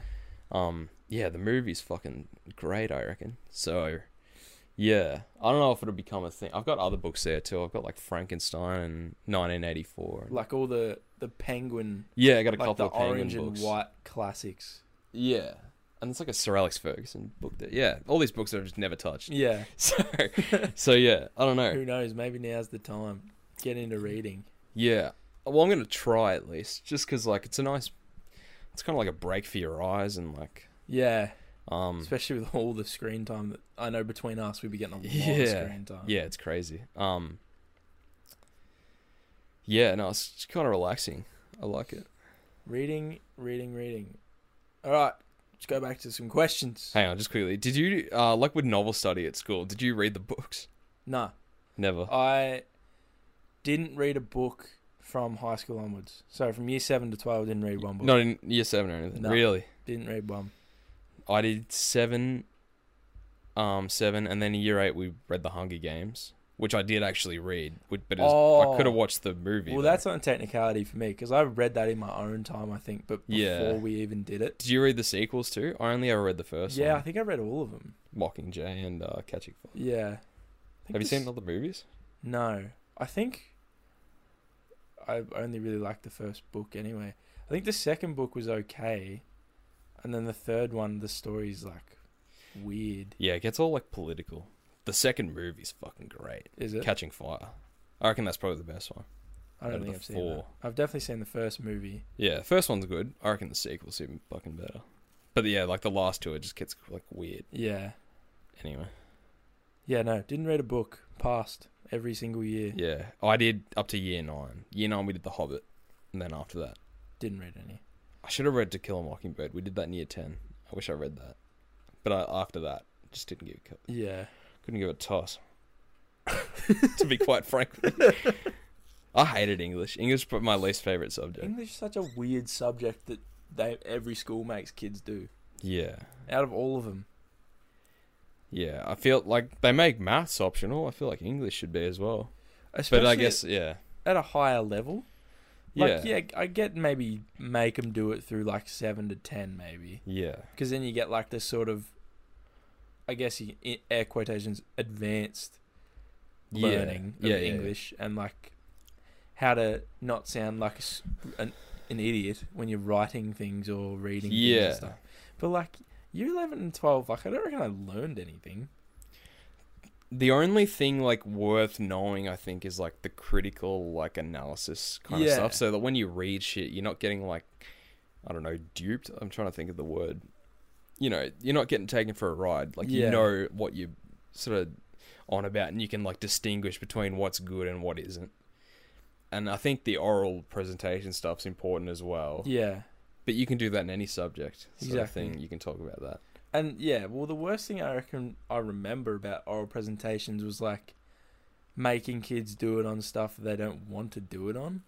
S2: um, yeah, the movie's fucking great, I reckon. So, yeah, I don't know if it'll become a thing. I've got other books there too. I've got like Frankenstein and 1984.
S1: Like all the the penguin,
S2: yeah, I got a
S1: like
S2: couple
S1: the
S2: of penguin
S1: orange
S2: books.
S1: and white classics.
S2: Yeah, and it's like a Sir Alex Ferguson book. That yeah, all these books that I've just never touched.
S1: Yeah.
S2: So, so yeah, I don't know.
S1: Who knows? Maybe now's the time. Get into reading.
S2: Yeah, well, I'm gonna try at least, just because like it's a nice, it's kind of like a break for your eyes and like
S1: Yeah.
S2: um
S1: Especially with all the screen time that I know between us, we'd be getting a lot of
S2: Yeah.
S1: screen time.
S2: Yeah, it's crazy. Um, yeah, no, it's kind of relaxing. I like it.
S1: Reading, reading, reading. All right. Let's go back to some questions.
S2: Hang on, just quickly. Did you uh, like with novel study at school? Did you read the books?
S1: Nah.
S2: Never.
S1: I didn't read a book from high school onwards. So from year seven to twelve, I didn't read one book.
S2: Not in year seven or anything.
S1: No.
S2: Really,
S1: didn't read one.
S2: I did seven, um, seven, and then in year eight we read the Hunger Games, which I did actually read. would- But it was, I
S1: Oh.
S2: could have watched the movie.
S1: Well,
S2: though.
S1: that's on technicality for me because I read that in my own time, I think, but before
S2: Yeah.
S1: we even did it.
S2: Did you read the sequels too? I only ever read the first
S1: yeah, I
S2: one.
S1: think I read all of them.
S2: Mockingjay and uh, Catching Fire.
S1: Yeah. I think
S2: Have you
S1: this-
S2: seen all the movies?
S1: No, I think I only really liked the first book anyway. I think the second book was okay, and then the third one, the story's like weird.
S2: Yeah, it gets all like political. The second movie's fucking great.
S1: Is it?
S2: Catching Fire. I reckon that's probably the best one.
S1: I
S2: out
S1: don't
S2: of
S1: think
S2: the
S1: I've seen that.
S2: four.
S1: I've definitely seen the first movie.
S2: Yeah, first one's good. I reckon the sequel's even fucking better. But yeah, like the last two, it just gets like weird.
S1: Yeah.
S2: Anyway,
S1: Yeah, no, didn't read a book. Passed every single year.
S2: yeah, I did up to year nine. Year nine, we did The Hobbit, and then after that,
S1: Didn't read any.
S2: I should have read To Kill a Mockingbird. We did that in year ten. I wish I read that, but I, after that, just didn't give a cu-
S1: Yeah.
S2: couldn't give a toss. to be quite frank, with you. I hated English. English, but my least favorite subject.
S1: English is such a weird subject that they every school makes kids do.
S2: Yeah,
S1: Out of all of them.
S2: yeah. I feel like they make maths optional. I feel like English should be as well.
S1: Especially
S2: but I guess yeah,
S1: at a higher level. Like,
S2: yeah,
S1: yeah. I get maybe make them do it through like 7 to 10 maybe.
S2: yeah.
S1: Because then you get like this sort of, I guess, you- i- air quotations, advanced
S2: Yeah,
S1: learning
S2: yeah,
S1: of
S2: yeah, yeah.
S1: English and like how to not sound like a s an, an idiot when you're writing things or reading things
S2: Yeah.
S1: and stuff. But like year 11 and 12, like I don't reckon I learned anything.
S2: The only thing like worth knowing, I think, is like the critical like analysis kind
S1: Yeah.
S2: of stuff. So that when you read shit, you're not getting like, I don't know, duped. I'm trying to think of the word. You know, you're not getting taken for a ride. Like
S1: Yeah.
S2: you know what you're sort of on about, and you can like distinguish between what's good and what isn't. And I think the oral presentation stuff's important as well.
S1: Yeah.
S2: But you can do that in any subject. Sort
S1: Exactly.
S2: Of thing. You can talk about that.
S1: And yeah, well, the worst thing I reckon I remember about oral presentations was like making kids do it on stuff they don't want to do it on.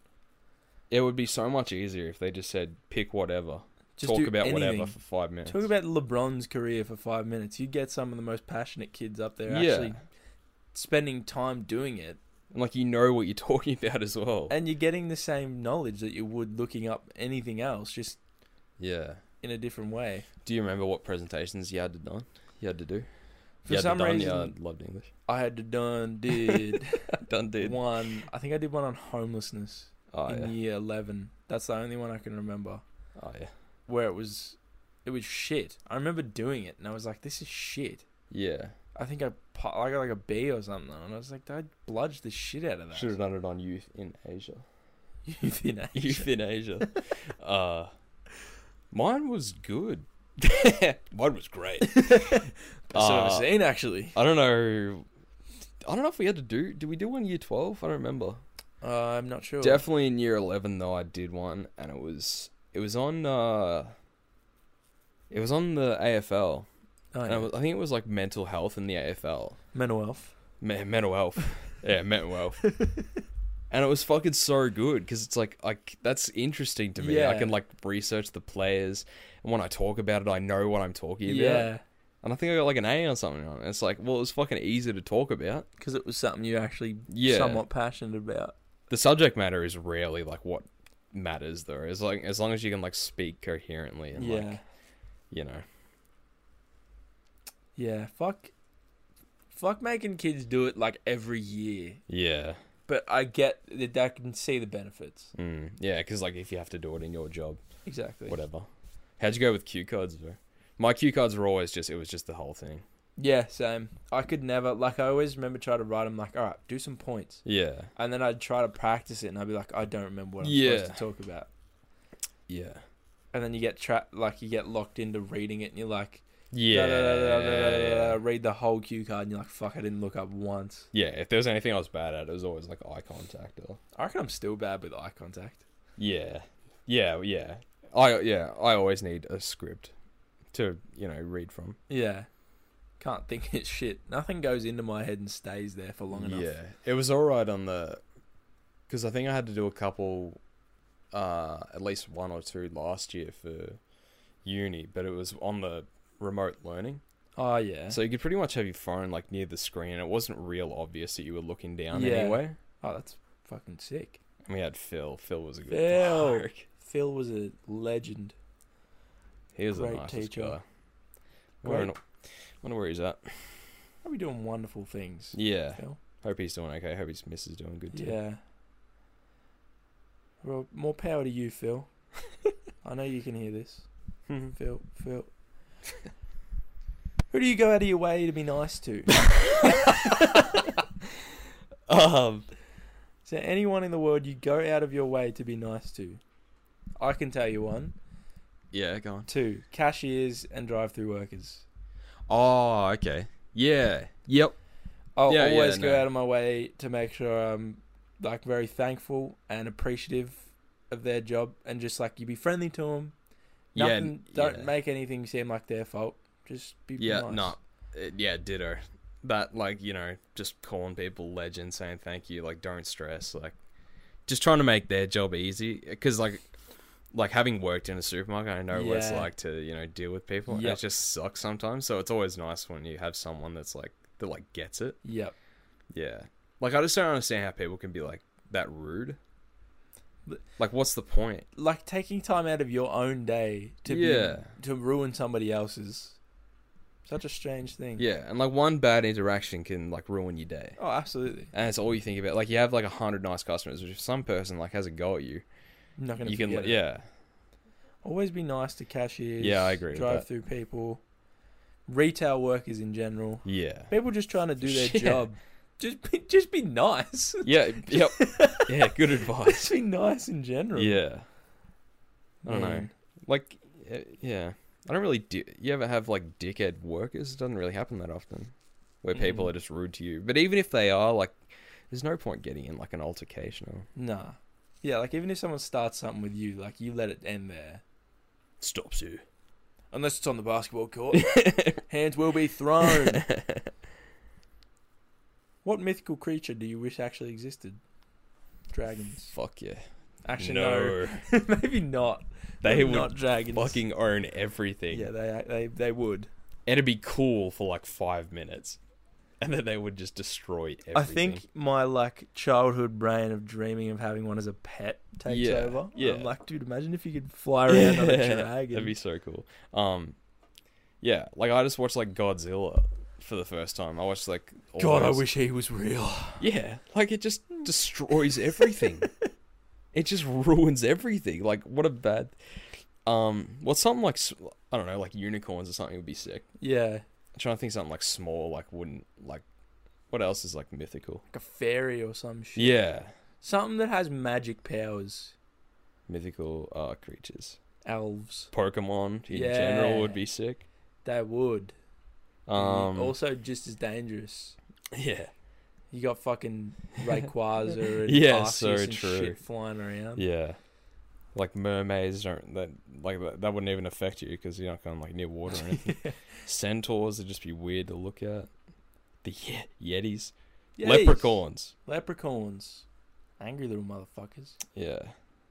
S2: It would be so much easier if they just said pick whatever.
S1: Just
S2: talk
S1: do
S2: about
S1: anything.
S2: whatever for five minutes.
S1: Talk about LeBron's career for five minutes. You get some of the most passionate kids up there actually spending time doing it,
S2: And like you know what you're talking about as well.
S1: and you're getting the same knowledge that you would looking up anything else, just
S2: yeah.
S1: in a different way.
S2: Do you remember what presentations you had to done? You had to do.
S1: For
S2: you had
S1: some
S2: to done,
S1: reason,
S2: yeah, I loved English.
S1: I had to done did
S2: Done did.
S1: one. I think I did one on homelessness
S2: Oh
S1: in
S2: yeah.
S1: year eleven. That's the only one I can remember.
S2: Oh yeah.
S1: where it was it was shit. I remember doing it and I was like, this is shit.
S2: Yeah.
S1: I think I pa- I got like a B or something, and I was like, I bludged the shit out of that.
S2: Should have done it on youth in Asia.
S1: Youth in Asia.
S2: Youth in Asia. uh, mine was good. mine was great.
S1: That's what I've
S2: Uh,
S1: seen actually.
S2: I don't know. I don't know if we had to do. Did we do one year twelve? I don't remember.
S1: Uh, I'm not sure.
S2: Definitely in year eleven though, I did one, and it was it was on uh, it was on the AFL,
S1: oh,
S2: and
S1: yeah.
S2: I, was, I think it was like mental health in the AFL,
S1: mental health.
S2: Me- mental health, yeah, mental health, and it was fucking so good because it's like like that's interesting to me. I
S1: Yeah.
S2: can like research the players, and when I talk about it, I know what I'm talking about,
S1: Yeah,
S2: and I think I got like an A or something on it. It's like well, it was fucking easy to talk about.
S1: because it was something you actually
S2: Yeah.
S1: somewhat passionate about.
S2: the subject matter is rarely like what matters though as long as long as you can like speak coherently and
S1: yeah,
S2: like you know
S1: yeah. Fuck, fuck making kids do it like every year.
S2: yeah
S1: But I get that I can see the benefits.
S2: mm. yeah because like if you have to do it in your job
S1: Exactly.
S2: whatever how'd you go with cue cards bro my cue cards were always just it was just the whole thing
S1: Yeah, same. I could never like I always remember try to write them like, all right, do some points,
S2: yeah
S1: and then I'd try to practice it, and I'd be like, I don't remember what I'm
S2: Yeah.
S1: supposed to talk about,
S2: yeah
S1: and then you get trapped, like you get locked into reading it, and you're like, da,
S2: yeah
S1: da, da, da, da, da, da, da, read the whole cue card, and you're like, fuck, I didn't look up once.
S2: yeah if there was anything i was bad at it was always like eye contact or
S1: I reckon I'm still bad with eye contact.
S2: yeah yeah yeah i yeah i always need a script to you know read from
S1: Yeah, can't think of shit. Nothing goes into my head and stays there for long enough.
S2: Yeah, it was all right on the, because I think I had to do a couple, uh, at least one or two last year for uni, but it was on the remote learning,
S1: Oh yeah.
S2: so you could pretty much have your phone like near the screen, and it wasn't real obvious that you were looking down
S1: Yeah.
S2: anyway.
S1: oh, that's fucking sick.
S2: And we had Phil. Phil was a good
S1: Phil.
S2: bloke.
S1: Phil was a legend.
S2: He was
S1: Great
S2: a nice
S1: teacher.
S2: guy. Wonder-
S1: Great.
S2: Wonder where he's at.
S1: Are we doing wonderful things?
S2: Yeah.
S1: Phil.
S2: Hope he's doing okay. Hope his missus is doing good too.
S1: Yeah. Well, more power to you, Phil. I know you can hear this. Phil, Phil. Who do you go out of your way to be nice to?
S2: um.
S1: Is there anyone in the world you go out of your way to be nice to? I can tell you one.
S2: Yeah, go on.
S1: Two, cashiers and drive-through workers.
S2: Oh, okay. Yeah. Yep.
S1: I'll
S2: Yeah, yeah,
S1: always go
S2: no.
S1: out of my way to make sure I'm like very thankful and appreciative of their job, and just like you be friendly to them. Nothing,
S2: yeah.
S1: don't
S2: yeah.
S1: make anything seem like their fault. Just be
S2: Yeah,
S1: nice.
S2: no. Uh, yeah, ditto. That like, you know, just calling people legends, saying thank you, like don't stress, like just trying to make their job easy cuz like like having worked in a supermarket, I know what it's
S1: Yeah.
S2: like to, you know, deal with people. and
S1: Yep.
S2: It just sucks sometimes, so it's always nice when you have someone that's like that like gets it.
S1: Yep.
S2: Yeah. Like I just don't understand how people can be like that rude.
S1: But-
S2: Like what's the point?
S1: Like taking time out of your own day to
S2: Yeah.
S1: be, to ruin somebody else's. Such a strange thing.
S2: Yeah, and like one bad interaction can like ruin your day.
S1: Oh, absolutely.
S2: and it's all you think about. Like you have like a hundred nice customers, which if some person like has a go at you,
S1: I'm not gonna.
S2: you can
S1: forget it.
S2: yeah,
S1: Always be nice to cashiers.
S2: Yeah, I agree with that.
S1: Drive-through people, retail workers in general.
S2: yeah,
S1: People just trying to do their
S2: Yeah.
S1: job. Just be, just be nice.
S2: yeah, yep, yeah. Good advice.
S1: just be nice in general.
S2: Yeah, I don't know.
S1: Man.
S2: Like uh, yeah, I don't really. Do, you ever have like dickhead workers? It doesn't really happen that often, where people
S1: Mm.
S2: are just rude to you. But even if they are, like, there's no point getting in like an altercation or
S1: Nah. Yeah, like even if someone starts something with you, like you let it end there.
S2: stops you.
S1: Unless it's on the basketball court, hands will be thrown. what mythical creature do you wish actually existed? Dragons.
S2: Fuck yeah.
S1: Actually, no. Maybe not.
S2: they
S1: Maybe
S2: would
S1: not dragons.
S2: fucking own everything.
S1: yeah, they they they would.
S2: it'd be cool for like five minutes, and then they would just destroy everything.
S1: I think my like childhood brain of dreaming of having one as a pet takes
S2: Yeah,
S1: over.
S2: yeah.
S1: I'm like, dude, imagine if you could fly around on a
S2: Yeah,
S1: dragon.
S2: that'd be so cool. Um, yeah, like I just watched like Godzilla for the first time. I watched like all
S1: God, I
S2: those-
S1: wish he was real.
S2: Yeah, like it just destroys everything. it just ruins everything. Like what a bad. Um, what's something like s- I don't know, like unicorns or something would be sick.
S1: Yeah, like
S2: I'm trying to think something like small, like wouldn't like. What else is like mythical?
S1: a fairy or some shit.
S2: Yeah,
S1: Something that has magic powers.
S2: mythical uh, creatures.
S1: Elves,
S2: Pokemon in general
S1: Yeah.
S2: would be sick.
S1: they would.
S2: Um,
S1: also, just as dangerous.
S2: yeah,
S1: You got fucking Rayquaza and
S2: Yeah,
S1: Arceus
S2: so
S1: and
S2: true.
S1: shit flying around.
S2: yeah. Like mermaids don't that like that, that wouldn't even affect you because you're not going like near water or anything. Centaurs would just be weird to look at. The ye- Yetis,
S1: Yes.
S2: leprechauns.
S1: Leprechauns, angry little motherfuckers.
S2: Yeah,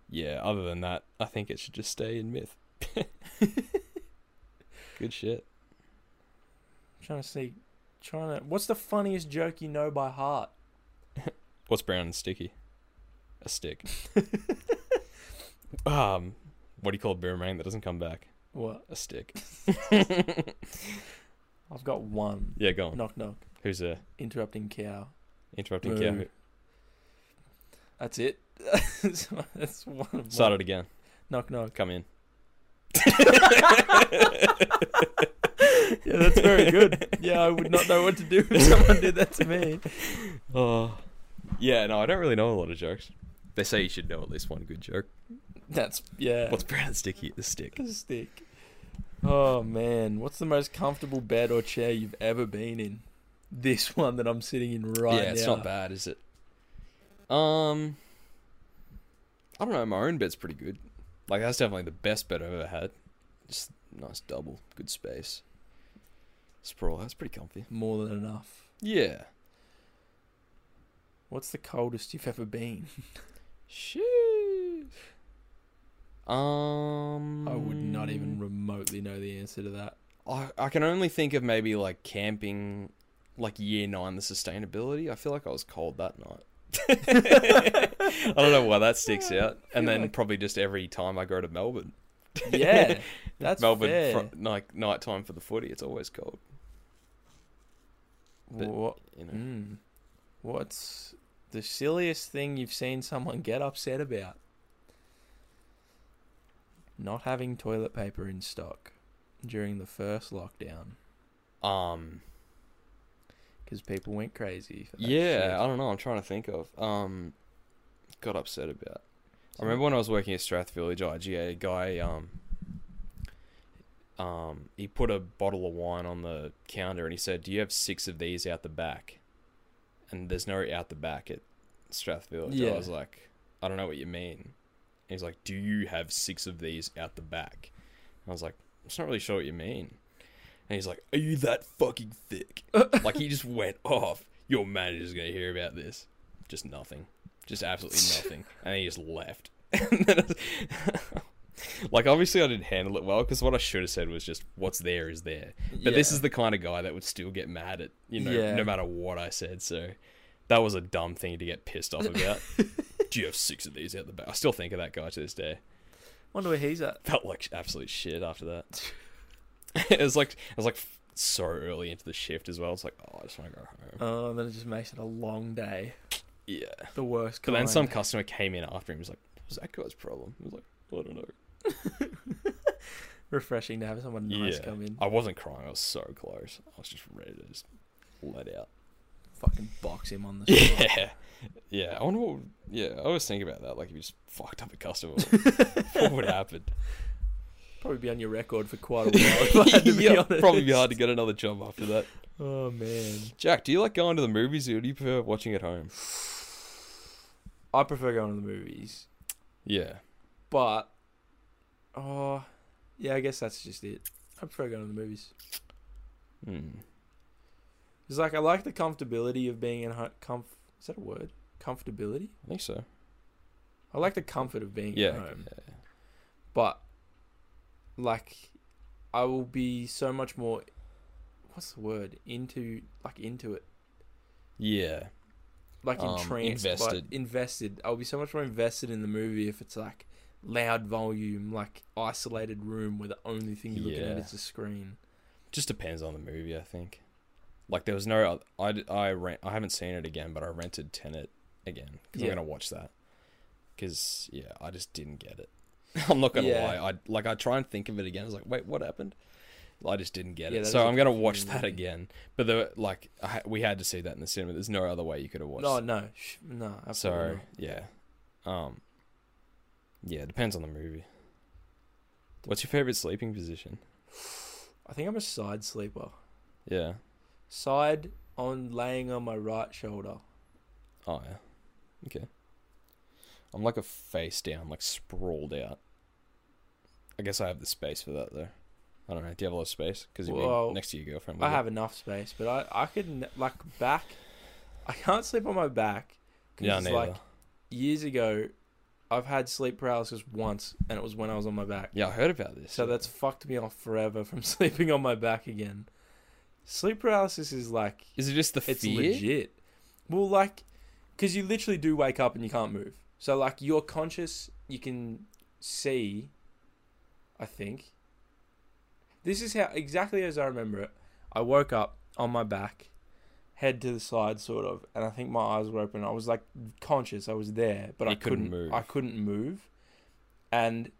S2: yeah. Other than that, I think it should just stay in myth. Good shit.
S1: Trying to see, trying to. What's the funniest joke you know by heart?
S2: What's brown and sticky? A stick. um, what do you call a boomerang that doesn't come back?
S1: What?
S2: A stick.
S1: I've got one.
S2: Yeah, go on.
S1: Knock knock.
S2: Who's there?
S1: Interrupting cow.
S2: Interrupting
S1: Moo.
S2: Keanu.
S1: That's it. That's one. Of
S2: Start
S1: one.
S2: it again.
S1: Knock knock.
S2: Come in.
S1: Yeah, that's very good. yeah, I would not know what to do if someone did that to me.
S2: Oh. Yeah, no, I don't really know a lot of jokes. They say you should know at least one good joke.
S1: That's yeah.
S2: What's brown and sticky? The stick.
S1: a stick? Oh man, what's the most comfortable bed or chair you've ever been in? This one that I'm sitting in right now.
S2: yeah, it's not bad, is it? Um, I don't know. My own bed's pretty good. Like that's definitely the best bed I've ever had. Just nice double, good space. Sprawl. That's pretty comfy.
S1: More than enough.
S2: Yeah.
S1: What's the coldest you've ever been?
S2: Shoo. Um,
S1: I would not even remotely know the answer to that.
S2: I, I can only think of maybe like camping, like year nine, the sustainability. I feel like I was cold that night. I don't know why that sticks
S1: Oh,
S2: out. And then probably just every time I go to Melbourne.
S1: Yeah, that's
S2: Melbourne
S1: fair.
S2: fr- like night time for the footy. It's always cold. but-
S1: what?
S2: You know.
S1: Mm, what's the silliest thing you've seen someone get upset about? Not having toilet paper in stock during the first lockdown mm.
S2: Um.
S1: because people went crazy. For that
S2: Yeah, I
S1: shit.
S2: don't know. I'm trying to think of. Um, got upset about. I remember when I was working at Strath Village IGA, a guy um um, he put a bottle of wine on the counter and he said, "Do you have six of these out the back?" And there's no out the back at Strathville.
S1: Yeah.
S2: I was like, "I don't know what you mean." And he's like, "Do you have six of these out the back?" And I was like, "I'm just not really sure what you mean." And he's like, "Are you that fucking thick?" like he just went off. Your manager's gonna hear about this. Just nothing. Just absolutely nothing. and he just left. and then I- like obviously I didn't handle it well because what I should have said was just what's there is there. But this
S1: Yeah.
S2: is the kind of guy that would still get mad at you know
S1: Yeah.
S2: no matter what I said. So that was a dumb thing to get pissed off about. Do you have six of these out the back? I still think of that guy to this day.
S1: Wonder where he's at.
S2: Felt like absolute shit after that. it was like I was like f- so early into the shift as well. It's like oh I just want to go home.
S1: Oh, then it just makes it a long day.
S2: yeah.
S1: The worst.
S2: But
S1: Kind.
S2: then some customer came in after him. Was like, "What was that guy's problem?" I was like, "I don't know."
S1: refreshing to have someone nice come in.
S2: I wasn't crying. I was so close. I was just ready to just let out.
S1: Fucking box him on the. spot.
S2: Yeah, yeah. I wonder what. would- Yeah, I always think about that. Like if you just fucked up a customer, what would happen?
S1: Probably be on your record for quite a while. If I had to be
S2: Yeah,
S1: honest.
S2: probably be hard to get another job after that.
S1: Oh man.
S2: Jack, do you like going to the movies or do you prefer watching at home?
S1: I prefer going to the movies,
S2: Yeah,
S1: but oh, yeah, I guess that's just it. I prefer going to the movies.
S2: Hmm.
S1: It's like I like the comfortability of being in ho- comf. Is that a word? Comfortability.
S2: I think so.
S1: I like the comfort of being
S2: Yeah,
S1: at home,
S2: yeah.
S1: but like I will be so much more. What's the word? Into like into it,
S2: yeah.
S1: like
S2: Um,
S1: entranced,
S2: invested.
S1: But invested. I'll be so much more invested in the movie if it's like loud volume, like isolated room where the only thing you're looking at
S2: Yeah.
S1: is the screen.
S2: Just depends on the movie, I think. Like there was no, I d- I rent. I haven't seen it again, but I rented Tenet again because
S1: Yeah.
S2: I'm gonna watch that. Because yeah, I just didn't get it. I'm not gonna
S1: Yeah.
S2: lie. I like I try and think of it again. I was like, wait, what happened? I just didn't get
S1: Yeah,
S2: it.
S1: that
S2: So
S1: is a
S2: I'm gonna
S1: confusing
S2: watch that
S1: movie.
S2: again. But the like I, ha- we had to see that in the cinema. There's no other way you could have watched.
S1: No, no, sh- no.
S2: it.
S1: Absolutely.
S2: so
S1: not.
S2: yeah, um, yeah, it depends on the movie. What's your favorite sleeping position?
S1: I think I'm a side sleeper.
S2: Yeah.
S1: Side on laying on my right shoulder.
S2: Oh yeah. Okay. I'm like a face down, like sprawled out. I guess I have the space for that though. I don't know. Do you have a lot of space? Because you're
S1: Well,
S2: next to your girlfriend.
S1: I
S2: would you?
S1: have enough space, but I I could n- like back. I can't sleep on my back. 'cause
S2: Yeah,
S1: it's
S2: neither.
S1: Like years ago, I've had sleep paralysis once, and it was when I was on my back.
S2: yeah, I heard about this.
S1: So that's fucked me off forever from sleeping on my back again. Sleep paralysis is like
S2: Is it just the
S1: it's
S2: fear?
S1: legit. Well, like, because you literally do wake up and you can't move. So, like, you're conscious, you can see, I think. This is how, exactly as I remember it. I woke up on my back, head to the side, sort of, and I think my eyes were open. I was, like, conscious, I was there, but
S2: You
S1: I
S2: couldn't
S1: couldn't
S2: move.
S1: I couldn't move. And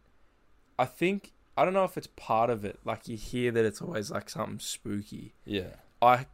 S1: I think, I don't know if it's part of it. Like, you hear that it's always, like, something spooky.
S2: Yeah.
S1: I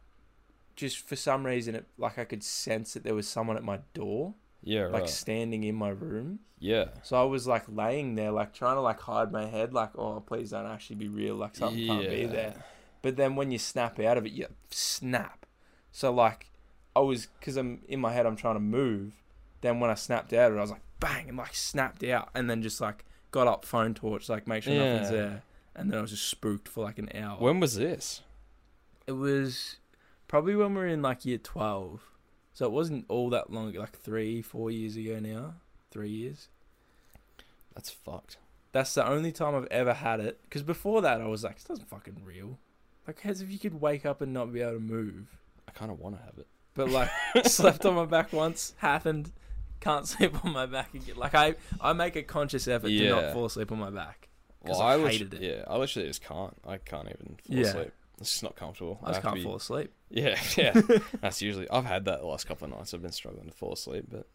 S1: just for some reason it like I could sense that there was someone at my door,
S2: Yeah. Right.
S1: like standing in my room.
S2: yeah.
S1: So I was like laying there, like trying to like hide my head, like oh please don't actually be real, like something can't be
S2: Yeah.
S1: there. But then when you snap out of it, you snap. So like I was because I'm in my head, I'm trying to move. Then when I snapped out of it, I was like bang and like snapped out, and then just like got up, phone torch, like make sure nothing's
S2: Yeah.
S1: there. And then I was just spooked for like an hour.
S2: When was this?
S1: It was probably when we were in like year 12. So it wasn't all that long, like three, four years ago now. Three years.
S2: That's fucked.
S1: That's the only time I've ever had it. Because before that, I was like, this doesn't fucking real. Like, as if you could wake up and not be able to move.
S2: I kind of want to have it.
S1: But like, slept on my back once, happened, can't sleep on my back again. Like, I, I make a conscious effort to not
S2: Yeah.
S1: fall asleep on my back. 'Cause
S2: Well,
S1: I
S2: I, lit-
S1: hated it.
S2: Yeah, I literally just can't. I can't even fall
S1: Yeah.
S2: asleep. It's just not comfortable.
S1: I just
S2: have to
S1: can't
S2: be-
S1: fall asleep.
S2: Yeah, yeah. That's usually I've had that the last couple of nights. I've been struggling to fall asleep, but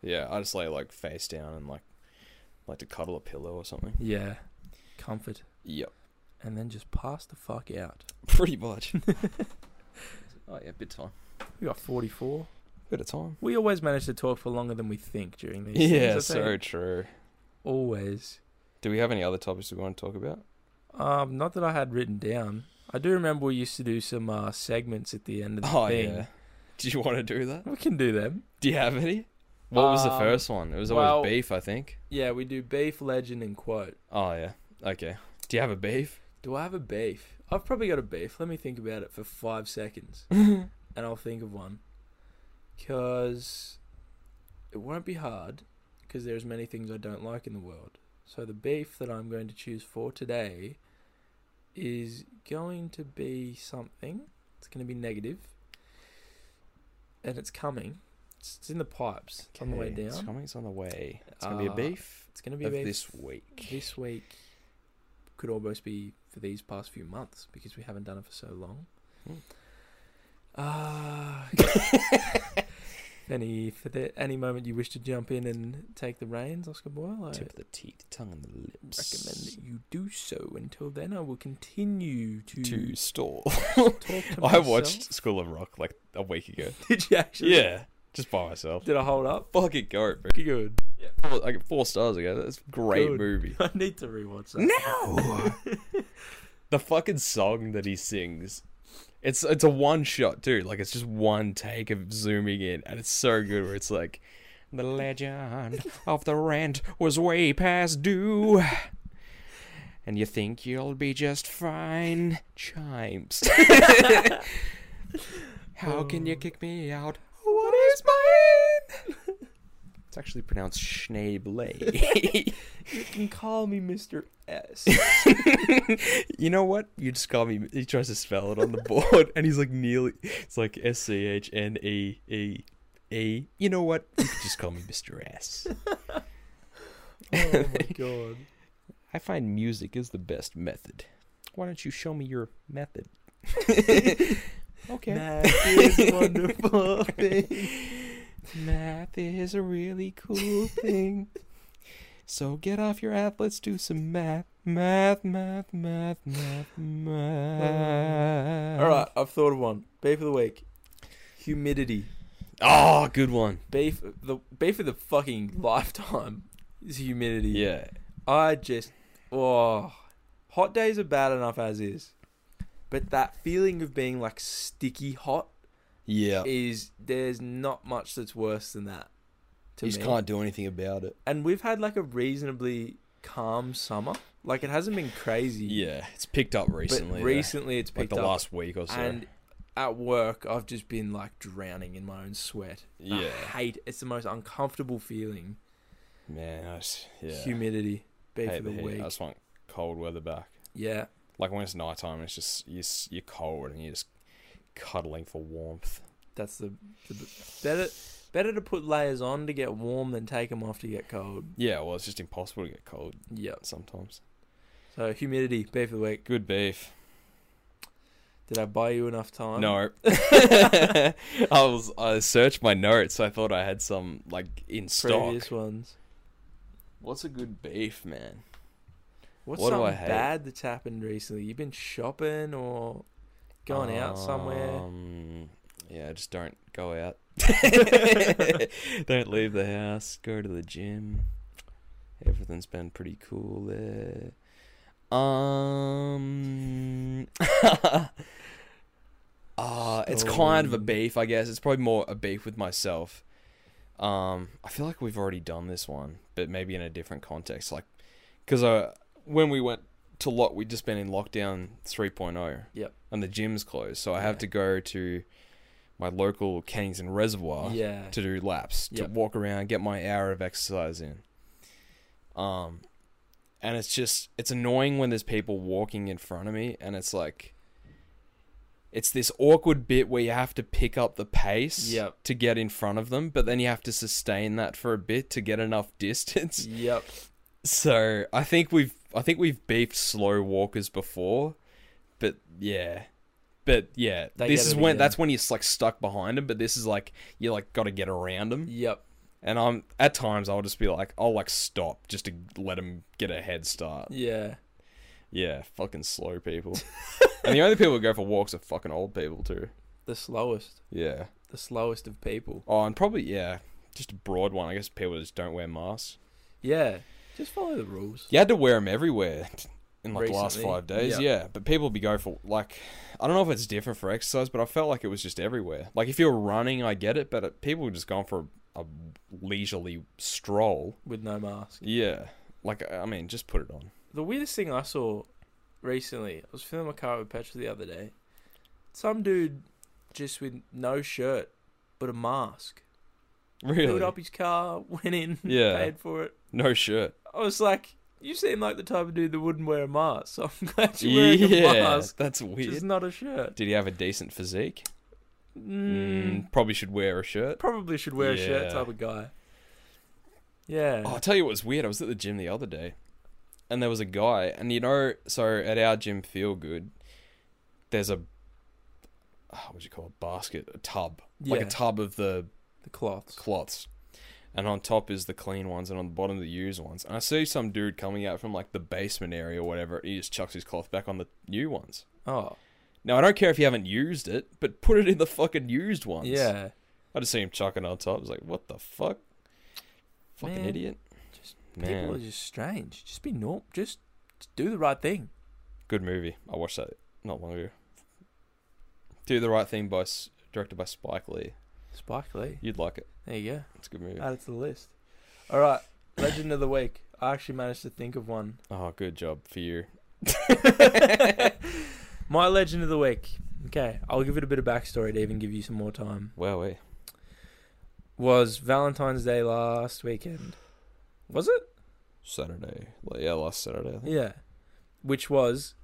S2: yeah, I just lay like face down and like like to cuddle a pillow or something.
S1: Yeah. Comfort.
S2: Yep,
S1: And then just pass the fuck out.
S2: pretty much. oh yeah, bit time.
S1: We got 44.
S2: Bit of time.
S1: We always manage to talk for longer than we think during these.
S2: Yeah,
S1: things, I
S2: so
S1: think.
S2: true.
S1: always.
S2: Do we have any other topics we want to talk about?
S1: Um, not that I had written down. I do remember we used to do some uh, segments at the end of the
S2: Oh
S1: thing.
S2: yeah. Do you want to do that?
S1: We can do them.
S2: Do you have any? What was the
S1: Um,
S2: first one? It was always
S1: well-
S2: beef, I think.
S1: Yeah, we do beef, legend, and quote.
S2: Oh yeah. Okay. Do you have a beef?
S1: Do I have a beef? I've probably got a beef. Let me think about it for five seconds, and I'll think of one. Cause it won't be hard, because there's many things I don't like in the world. So the beef that I'm going to choose for today is going to be something. It's going to be negative, and it's coming. It's, it's in the pipes. It's on the way
S2: Okay,
S1: down.
S2: It's coming. It's on the way. It's gonna be a
S1: Uh,
S2: beef
S1: It's going to be a
S2: of
S1: beef
S2: this week.
S1: this week could almost be for these past few months because we haven't done it for so long.
S2: Hmm.
S1: Ah. any for the, any moment you wish to jump in and take the reins, Oscar Boyle, I
S2: Tip of the teeth, tongue, and the lips.
S1: recommend that you do so. Until then, I will continue to,
S2: to store.
S1: talk to
S2: I
S1: myself.
S2: watched School of Rock like a week ago.
S1: Did you actually?
S2: Yeah, just by myself.
S1: Did I hold up?
S2: Fucking go, bro.
S1: Good.
S2: Four, I get four stars ago. That's a great
S1: Good.
S2: movie.
S1: I need to rewatch that.
S2: No, the fucking song that he sings. It's it's a one shot too. Like it's just one take of zooming in, and it's so good. Where it's like, the legend of the rent was way past due. And you think you'll be just fine, chimes. How can you kick me out? What is mine? It's actually pronounced Schneeble.
S1: You can call me Mr. S.
S2: you know what? You just call me. He tries to spell it on the board, and he's like nearly. It's like S C H N E E E. You know what? You could just call me Mr. S.
S1: oh my god.
S2: I find music is the best method. Why don't you show me your method? okay.
S1: Math is a wonderful thing.
S2: Math is a really cool thing. So get off your app. Let's do some math. Math, math, math, math, math.
S1: All right,
S2: Uh-huh.
S1: I've thought of one. Beef of the week. Humidity.
S2: Oh, good one.
S1: Beef. The beef of the fucking lifetime is humidity.
S2: Yeah.
S1: I just. Oh, hot days are bad enough as is, but that feeling of being like sticky hot
S2: Yeah.
S1: is there's not much that's worse than that. To
S2: You just
S1: me.
S2: can't do anything about it.
S1: And we've had like a reasonably calm summer. Like it hasn't been crazy.
S2: Yeah. It's picked up recently.
S1: but
S2: though.
S1: recently it's picked
S2: like the
S1: up.
S2: last uh, week or so.
S1: And at work, I've just been like drowning in my own sweat. And
S2: yeah.
S1: I hate it's the most uncomfortable feeling.
S2: Man, I just, yeah.
S1: Humidity, beef
S2: Hate
S1: of
S2: the
S1: the
S2: heat.
S1: week.
S2: I just want cold weather back.
S1: Yeah,
S2: Like when it's nighttime, it's just you, s- you're cold and you're just cuddling for warmth.
S1: that's the, the b- better. Better to put layers on to get warm than take them off to get cold.
S2: Yeah, well, it's just impossible to get cold
S1: Yep.
S2: sometimes.
S1: So humidity, beef of the week.
S2: Good beef.
S1: Did I buy you enough time?
S2: No, I was I searched my notes. I thought I had some like in stock.
S1: Previous ones.
S2: What's a good beef, man?
S1: What's
S2: What do I
S1: something
S2: hate?
S1: bad that's happened recently? You've been shopping or going out somewhere?
S2: Um, yeah, just don't go out. don't leave the house. Go to the gym. Everything's been pretty cool there. Um. uh, it's kind of a
S1: Stolen.
S2: beef, I guess. It's probably more a beef with myself. Um, I feel like we've already done this one, but maybe in a different context. Like, because uh, when we went to lock, we'd just been in lockdown 3.0.
S1: Yep.
S2: And the gym's closed, so I have
S1: Yeah.
S2: to go to my local Kennington Reservoir
S1: yeah.
S2: to do laps,
S1: Yep.
S2: to walk around, get my hour of exercise in. Um, and it's just it's annoying when there's people walking in front of me, and it's like, it's this awkward bit where you have to pick up the pace
S1: Yep.
S2: to get in front of them, but then you have to sustain that for a bit to get enough distance.
S1: Yep.
S2: So I think we've I think we've beefed slow walkers before, but yeah, but yeah,
S1: They
S2: this
S1: get
S2: is
S1: it
S2: when
S1: again.
S2: that's when you're like stuck behind them. But this is like you like got to get around them.
S1: Yep.
S2: And I'm at times I'll just be like I'll like stop just to let them get a head start.
S1: Yeah.
S2: Yeah, fucking slow people. and the only people who go for walks are fucking old people too.
S1: The slowest.
S2: Yeah.
S1: the slowest of people.
S2: Oh, and probably yeah, just a broad one. I guess people just don't wear masks.
S1: Yeah, just follow the rules.
S2: You had to wear them everywhere. in like the last
S1: Recently,
S2: five days.
S1: yeah.
S2: Yeah, but people be go for like I don't know if it's different for exercise, but I felt like it was just everywhere. Like if you're running, I get it, but it, people were just going for a, a leisurely stroll.
S1: with no mask.
S2: Yeah, like I I mean, just put it on.
S1: The weirdest thing I saw recently, I was filling my car with petrol the other day. Some dude just with no shirt but a mask filled
S2: Really,
S1: up his car, went in,
S2: Yeah.
S1: paid for it.
S2: no shirt.
S1: I was like, you seem like the type of dude that wouldn't wear a mask. So I'm glad you're wearing
S2: Yeah,
S1: a mask,
S2: that's
S1: which
S2: weird.
S1: is not a shirt.
S2: Did he have a decent physique?
S1: Mm,
S2: Mm, probably should wear a shirt.
S1: probably should wear a shirt
S2: Yeah.
S1: type of guy. Yeah.
S2: Oh, I'll tell you what was weird. I was at the gym the other day, and there was a guy, and you know, so at our gym, Feel Good, there's a oh, what do you call it? Basket, a tub, like
S1: Yeah.
S2: a tub of the
S1: the cloths.
S2: cloths, and on top is the clean ones, and on the bottom the used ones. And I see some dude coming out from like the basement area or whatever. He just chucks his cloth back on the new ones.
S1: Oh,
S2: Now I don't care if you haven't used it, but put it in the fucking used ones.
S1: Oh, yeah.
S2: I just see him chucking it on top. I was like, what the fuck? Fucking
S1: Man,
S2: idiot.
S1: just-
S2: Man.
S1: People are just strange. Just be normal. Just, just do the right thing.
S2: Good movie. I watched that not long ago. Do the Right Thing by S- directed by Spike Lee.
S1: Spike Lee.
S2: You'd like it.
S1: There you go.
S2: It's a good movie.
S1: Add it to the list. All right. Legend of the week. I actually managed to think of one.
S2: Oh, good job for you.
S1: My legend of the week. Okay, I'll give it a bit of backstory to even give you some more time.
S2: Wow, eh?
S1: Was Valentine's Day last weekend? Was it?
S2: Saturday. Like, Yeah, last Saturday. I think.
S1: Yeah. Which was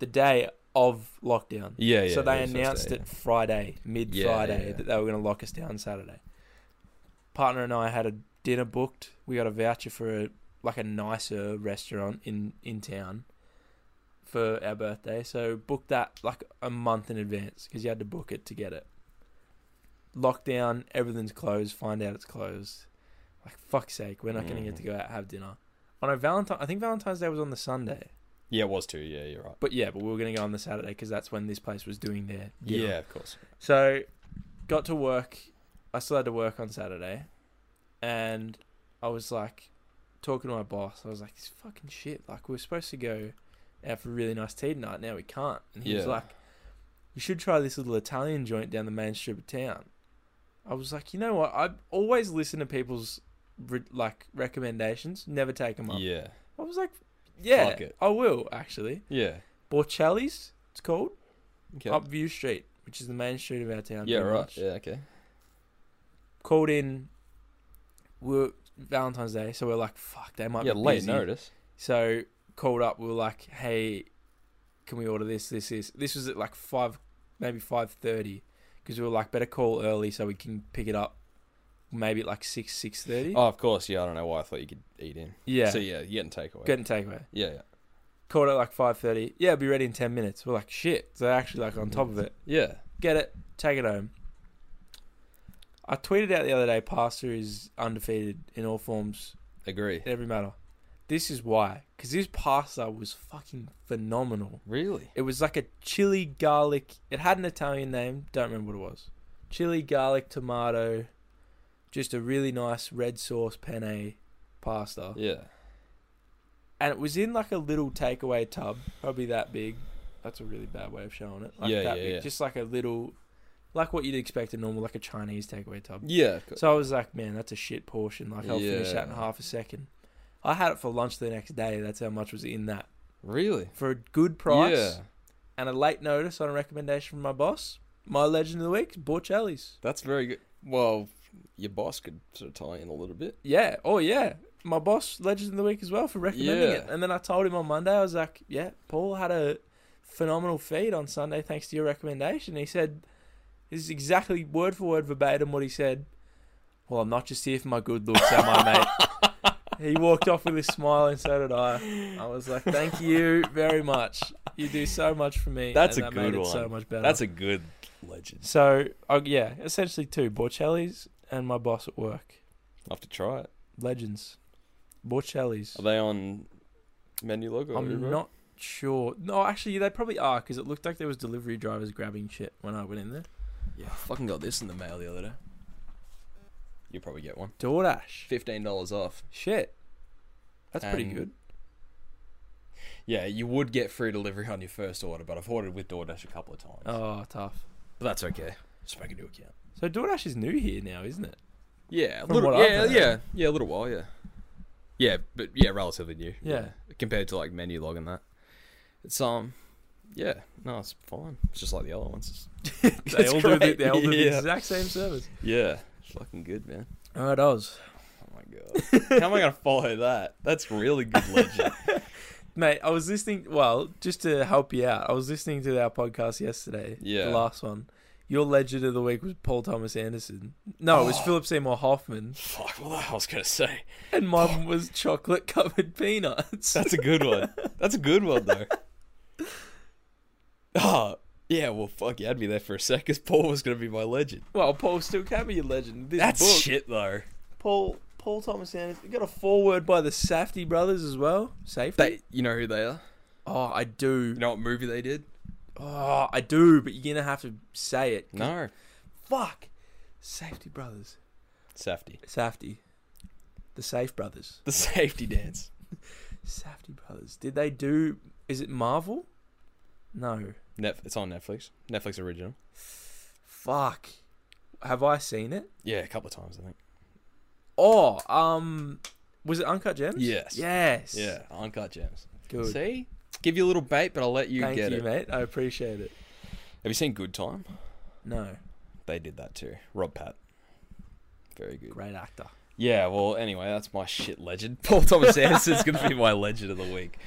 S1: the day of lockdown.
S2: Yeah, yeah.
S1: so they
S2: it was
S1: announced
S2: Saturday.
S1: it Friday, mid
S2: Yeah,
S1: Friday,
S2: yeah.
S1: that they were going to lock us down Saturday. Partner and I had a dinner booked. We got a voucher for a, like a nicer restaurant in in town for our birthday. So booked that like a month in advance because you had to book it to get it. Lockdown, everything's closed. Find out it's closed. Like fuck's sake, we're not going to get
S2: Mm.
S1: to go out and have dinner. On a Valentine, I think Valentine's Day was on the Sunday.
S2: Yeah, it was too. Yeah, you're right.
S1: But yeah, but we were going to go on the Saturday because that's when this place was doing their
S2: Yeah,
S1: dinner.
S2: of course.
S1: So, got to work. I still had to work on Saturday, and I was like, talking to my boss. I was like, "This fucking shit. Like, we are supposed to go out for a really nice tea tonight. Now we can't." And he was
S2: Yeah.
S1: like, "You should try this little Italian joint down the main strip of town." I was like, "You know what? I always listen to people's re- like recommendations. Never take them up."
S2: Yeah.
S1: I was like, "Yeah,
S2: Fuck it.
S1: I will actually."
S2: Yeah.
S1: Borcelli's. It's called
S2: Okay.
S1: up View Street, which is the main street of our town.
S2: yeah,
S1: pretty
S2: right.
S1: much
S2: Yeah, okay.
S1: called in. We were Valentine's Day, so we are like, fuck, they might
S2: yeah,
S1: be
S2: late
S1: busy.
S2: notice.
S1: So called up, we were like, hey, can we order this? This is this was at like five, maybe five thirty, because we were like, better call early so we can pick it up, maybe at like six six thirty.
S2: Oh, of course. Yeah, I don't know why I thought you could eat in.
S1: yeah,
S2: So, yeah, you're getting takeaway.
S1: getting takeaway.
S2: Yeah, yeah.
S1: Called at like five thirty. Yeah, be ready in ten minutes. We're like, shit. So they're actually like on top of it.
S2: Yeah.
S1: Get it, take it home. I tweeted out the other day, Pastor is undefeated in all forms
S2: Agree.
S1: every matter. This is why, because this pasta was fucking phenomenal.
S2: Really?
S1: It was like a chili garlic. It had an Italian name. Don't remember what it was. Chili garlic tomato, just a really nice red sauce penne pasta,
S2: Yeah.
S1: and it was in like a little takeaway tub, probably that big. That's a really bad way of showing it. Like
S2: Yeah,
S1: that
S2: yeah,
S1: big.
S2: yeah.
S1: Just like a little, like what you'd expect a normal, like a Chinese takeaway tub.
S2: Yeah. of course.
S1: So I was like, man, that's a shit portion. Like, I'll finish that in
S2: Yeah.
S1: half a second. I had it for lunch the next day. That's how much was in that.
S2: Really?
S1: For a good price
S2: Yeah.
S1: and a late notice on a recommendation from my boss, my legend of the week, Borcelli's.
S2: That's very good. Well, your boss could sort of tie in a little bit.
S1: Yeah. Oh, yeah. My boss, legend of the week as well for recommending
S2: Yeah.
S1: it. And then I told him on Monday, I was like, yeah, Paul had a phenomenal feed on Sunday thanks to your recommendation. He said, this is exactly word for word verbatim what he said. Well, I'm not just here for my good looks, am I, mate? He walked off with a smile, and so did I. I was like, "Thank you very much. You do so much for me."
S2: That's
S1: and
S2: a
S1: that made
S2: good
S1: it So
S2: one.
S1: much better.
S2: That's a good legend.
S1: so uh, yeah, essentially two Borcelli's and my boss at work.
S2: I'll have to try it.
S1: Legends. Borcelli's.
S2: Are they on menu logo?
S1: I'm not sure. No, actually, they probably are because it looked like there was delivery drivers grabbing shit when I went in there.
S2: Yeah, I fucking got this in the mail the other day. You'll probably get one.
S1: DoorDash.
S2: Fifteen dollars off.
S1: Shit. That's pretty
S2: And-
S1: good.
S2: yeah, you would get free delivery on your first order, but I've ordered with DoorDash a couple of times.
S1: Oh, tough.
S2: But that's okay. Just make a new account.
S1: So DoorDash is new here now, isn't it?
S2: Yeah, a
S1: From
S2: little.
S1: what I've
S2: Yeah,
S1: heard.
S2: yeah, yeah, a little while. Yeah, yeah, but yeah, relatively new.
S1: Yeah.
S2: compared to like menu log and that, it's um, yeah, no, it's fine. It's just like the other ones.
S1: They all, do the,
S2: great.
S1: they all do the
S2: Yeah.
S1: exact same service.
S2: Yeah, it's fucking good, man.
S1: All right, Oz.
S2: Oh my god, how am I gonna follow that? That's really good legend.
S1: Mate, I was listening. Well, just to help you out, I was listening to our podcast yesterday.
S2: Yeah.
S1: The last one. Your legend of the week was Paul Thomas Anderson. No, it was
S2: Oh.
S1: Philip Seymour Hoffman.
S2: Fuck, what I was gonna say.
S1: And mine was chocolate covered peanuts.
S2: That's a good one. That's a good one though. Oh, yeah. Well, fuck, you had me there for a sec. Cause Paul was gonna be my legend.
S1: well, Paul still can be a legend. This
S2: That's
S1: book,
S2: shit though.
S1: Paul Paul Thomas Anderson. You got a foreword by the Safety brothers as well. Safety.
S2: They, you know who they are?
S1: oh, I do.
S2: You know what movie they did?
S1: Oh, I do. But you're gonna have to say it. 'cause-
S2: No,
S1: Fuck. Safety brothers.
S2: Safety.
S1: Safety. The Safe brothers.
S2: The safety dance.
S1: Safety Brothers. Did they do? Is it Marvel? No.
S2: Netf- it's on Netflix. Netflix original.
S1: Fuck. Have I seen it?
S2: Yeah, a couple of times I think.
S1: Oh, um, was it Uncut Gems?
S2: Yes.
S1: Yes.
S2: Yeah, uncut gems.
S1: Good.
S2: See, give you a little bait, but I'll let you
S1: Thank
S2: get
S1: you,
S2: it.
S1: mate. I appreciate it.
S2: Have you seen Good Time?
S1: No,
S2: They did that too. Rob Pat. Very good.
S1: great actor.
S2: Yeah. Well, anyway, that's my shit legend. Paul Thomas Anderson's gonna be my legend of the week.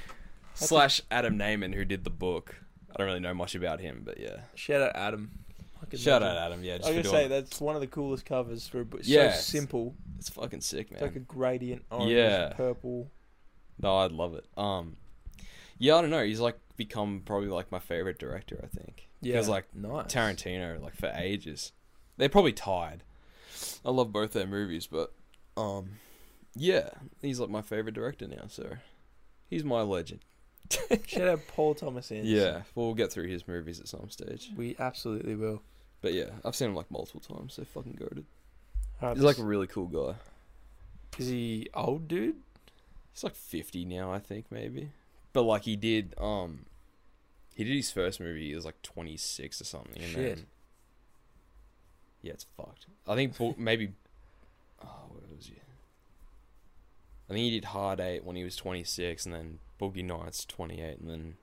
S2: Slash Adam Naiman, who did the book. I don't really know much about him, but yeah.
S1: Shout out Adam. Fucking
S2: Shout out
S1: legend.
S2: Adam. Yeah, just
S1: I
S2: for
S1: was
S2: doing.
S1: gonna say that's one of the coolest covers for a book.
S2: Yeah.
S1: So simple.
S2: It's fucking sick, man.
S1: It's like a gradient orange,
S2: Yeah.
S1: purple.
S2: No, I'd love it. Um, yeah, I don't know. He's like become probably like my favorite director. I think.
S1: Yeah.
S2: Because like
S1: nice.
S2: Tarantino, like for ages, they're probably tied. I love both their movies, but um, yeah, he's like my favorite director now. So he's my legend.
S1: Shout out Paul Thomas Anderson.
S2: Yeah, we'll get through his movies at some stage.
S1: We absolutely will.
S2: But yeah, I've seen him like multiple times. So fucking goaded.
S1: Alright,
S2: He's like a really cool guy.
S1: is he old dude?
S2: He's like fifty now, I think maybe. But like he did, um, he did his first movie. He was like twenty six or something. And
S1: Shit.
S2: Then, yeah, it's fucked. I think Bo- maybe. Oh, what was he? I think he did Hard Eight when he was twenty six, and then Boogie Nights twenty eight, and then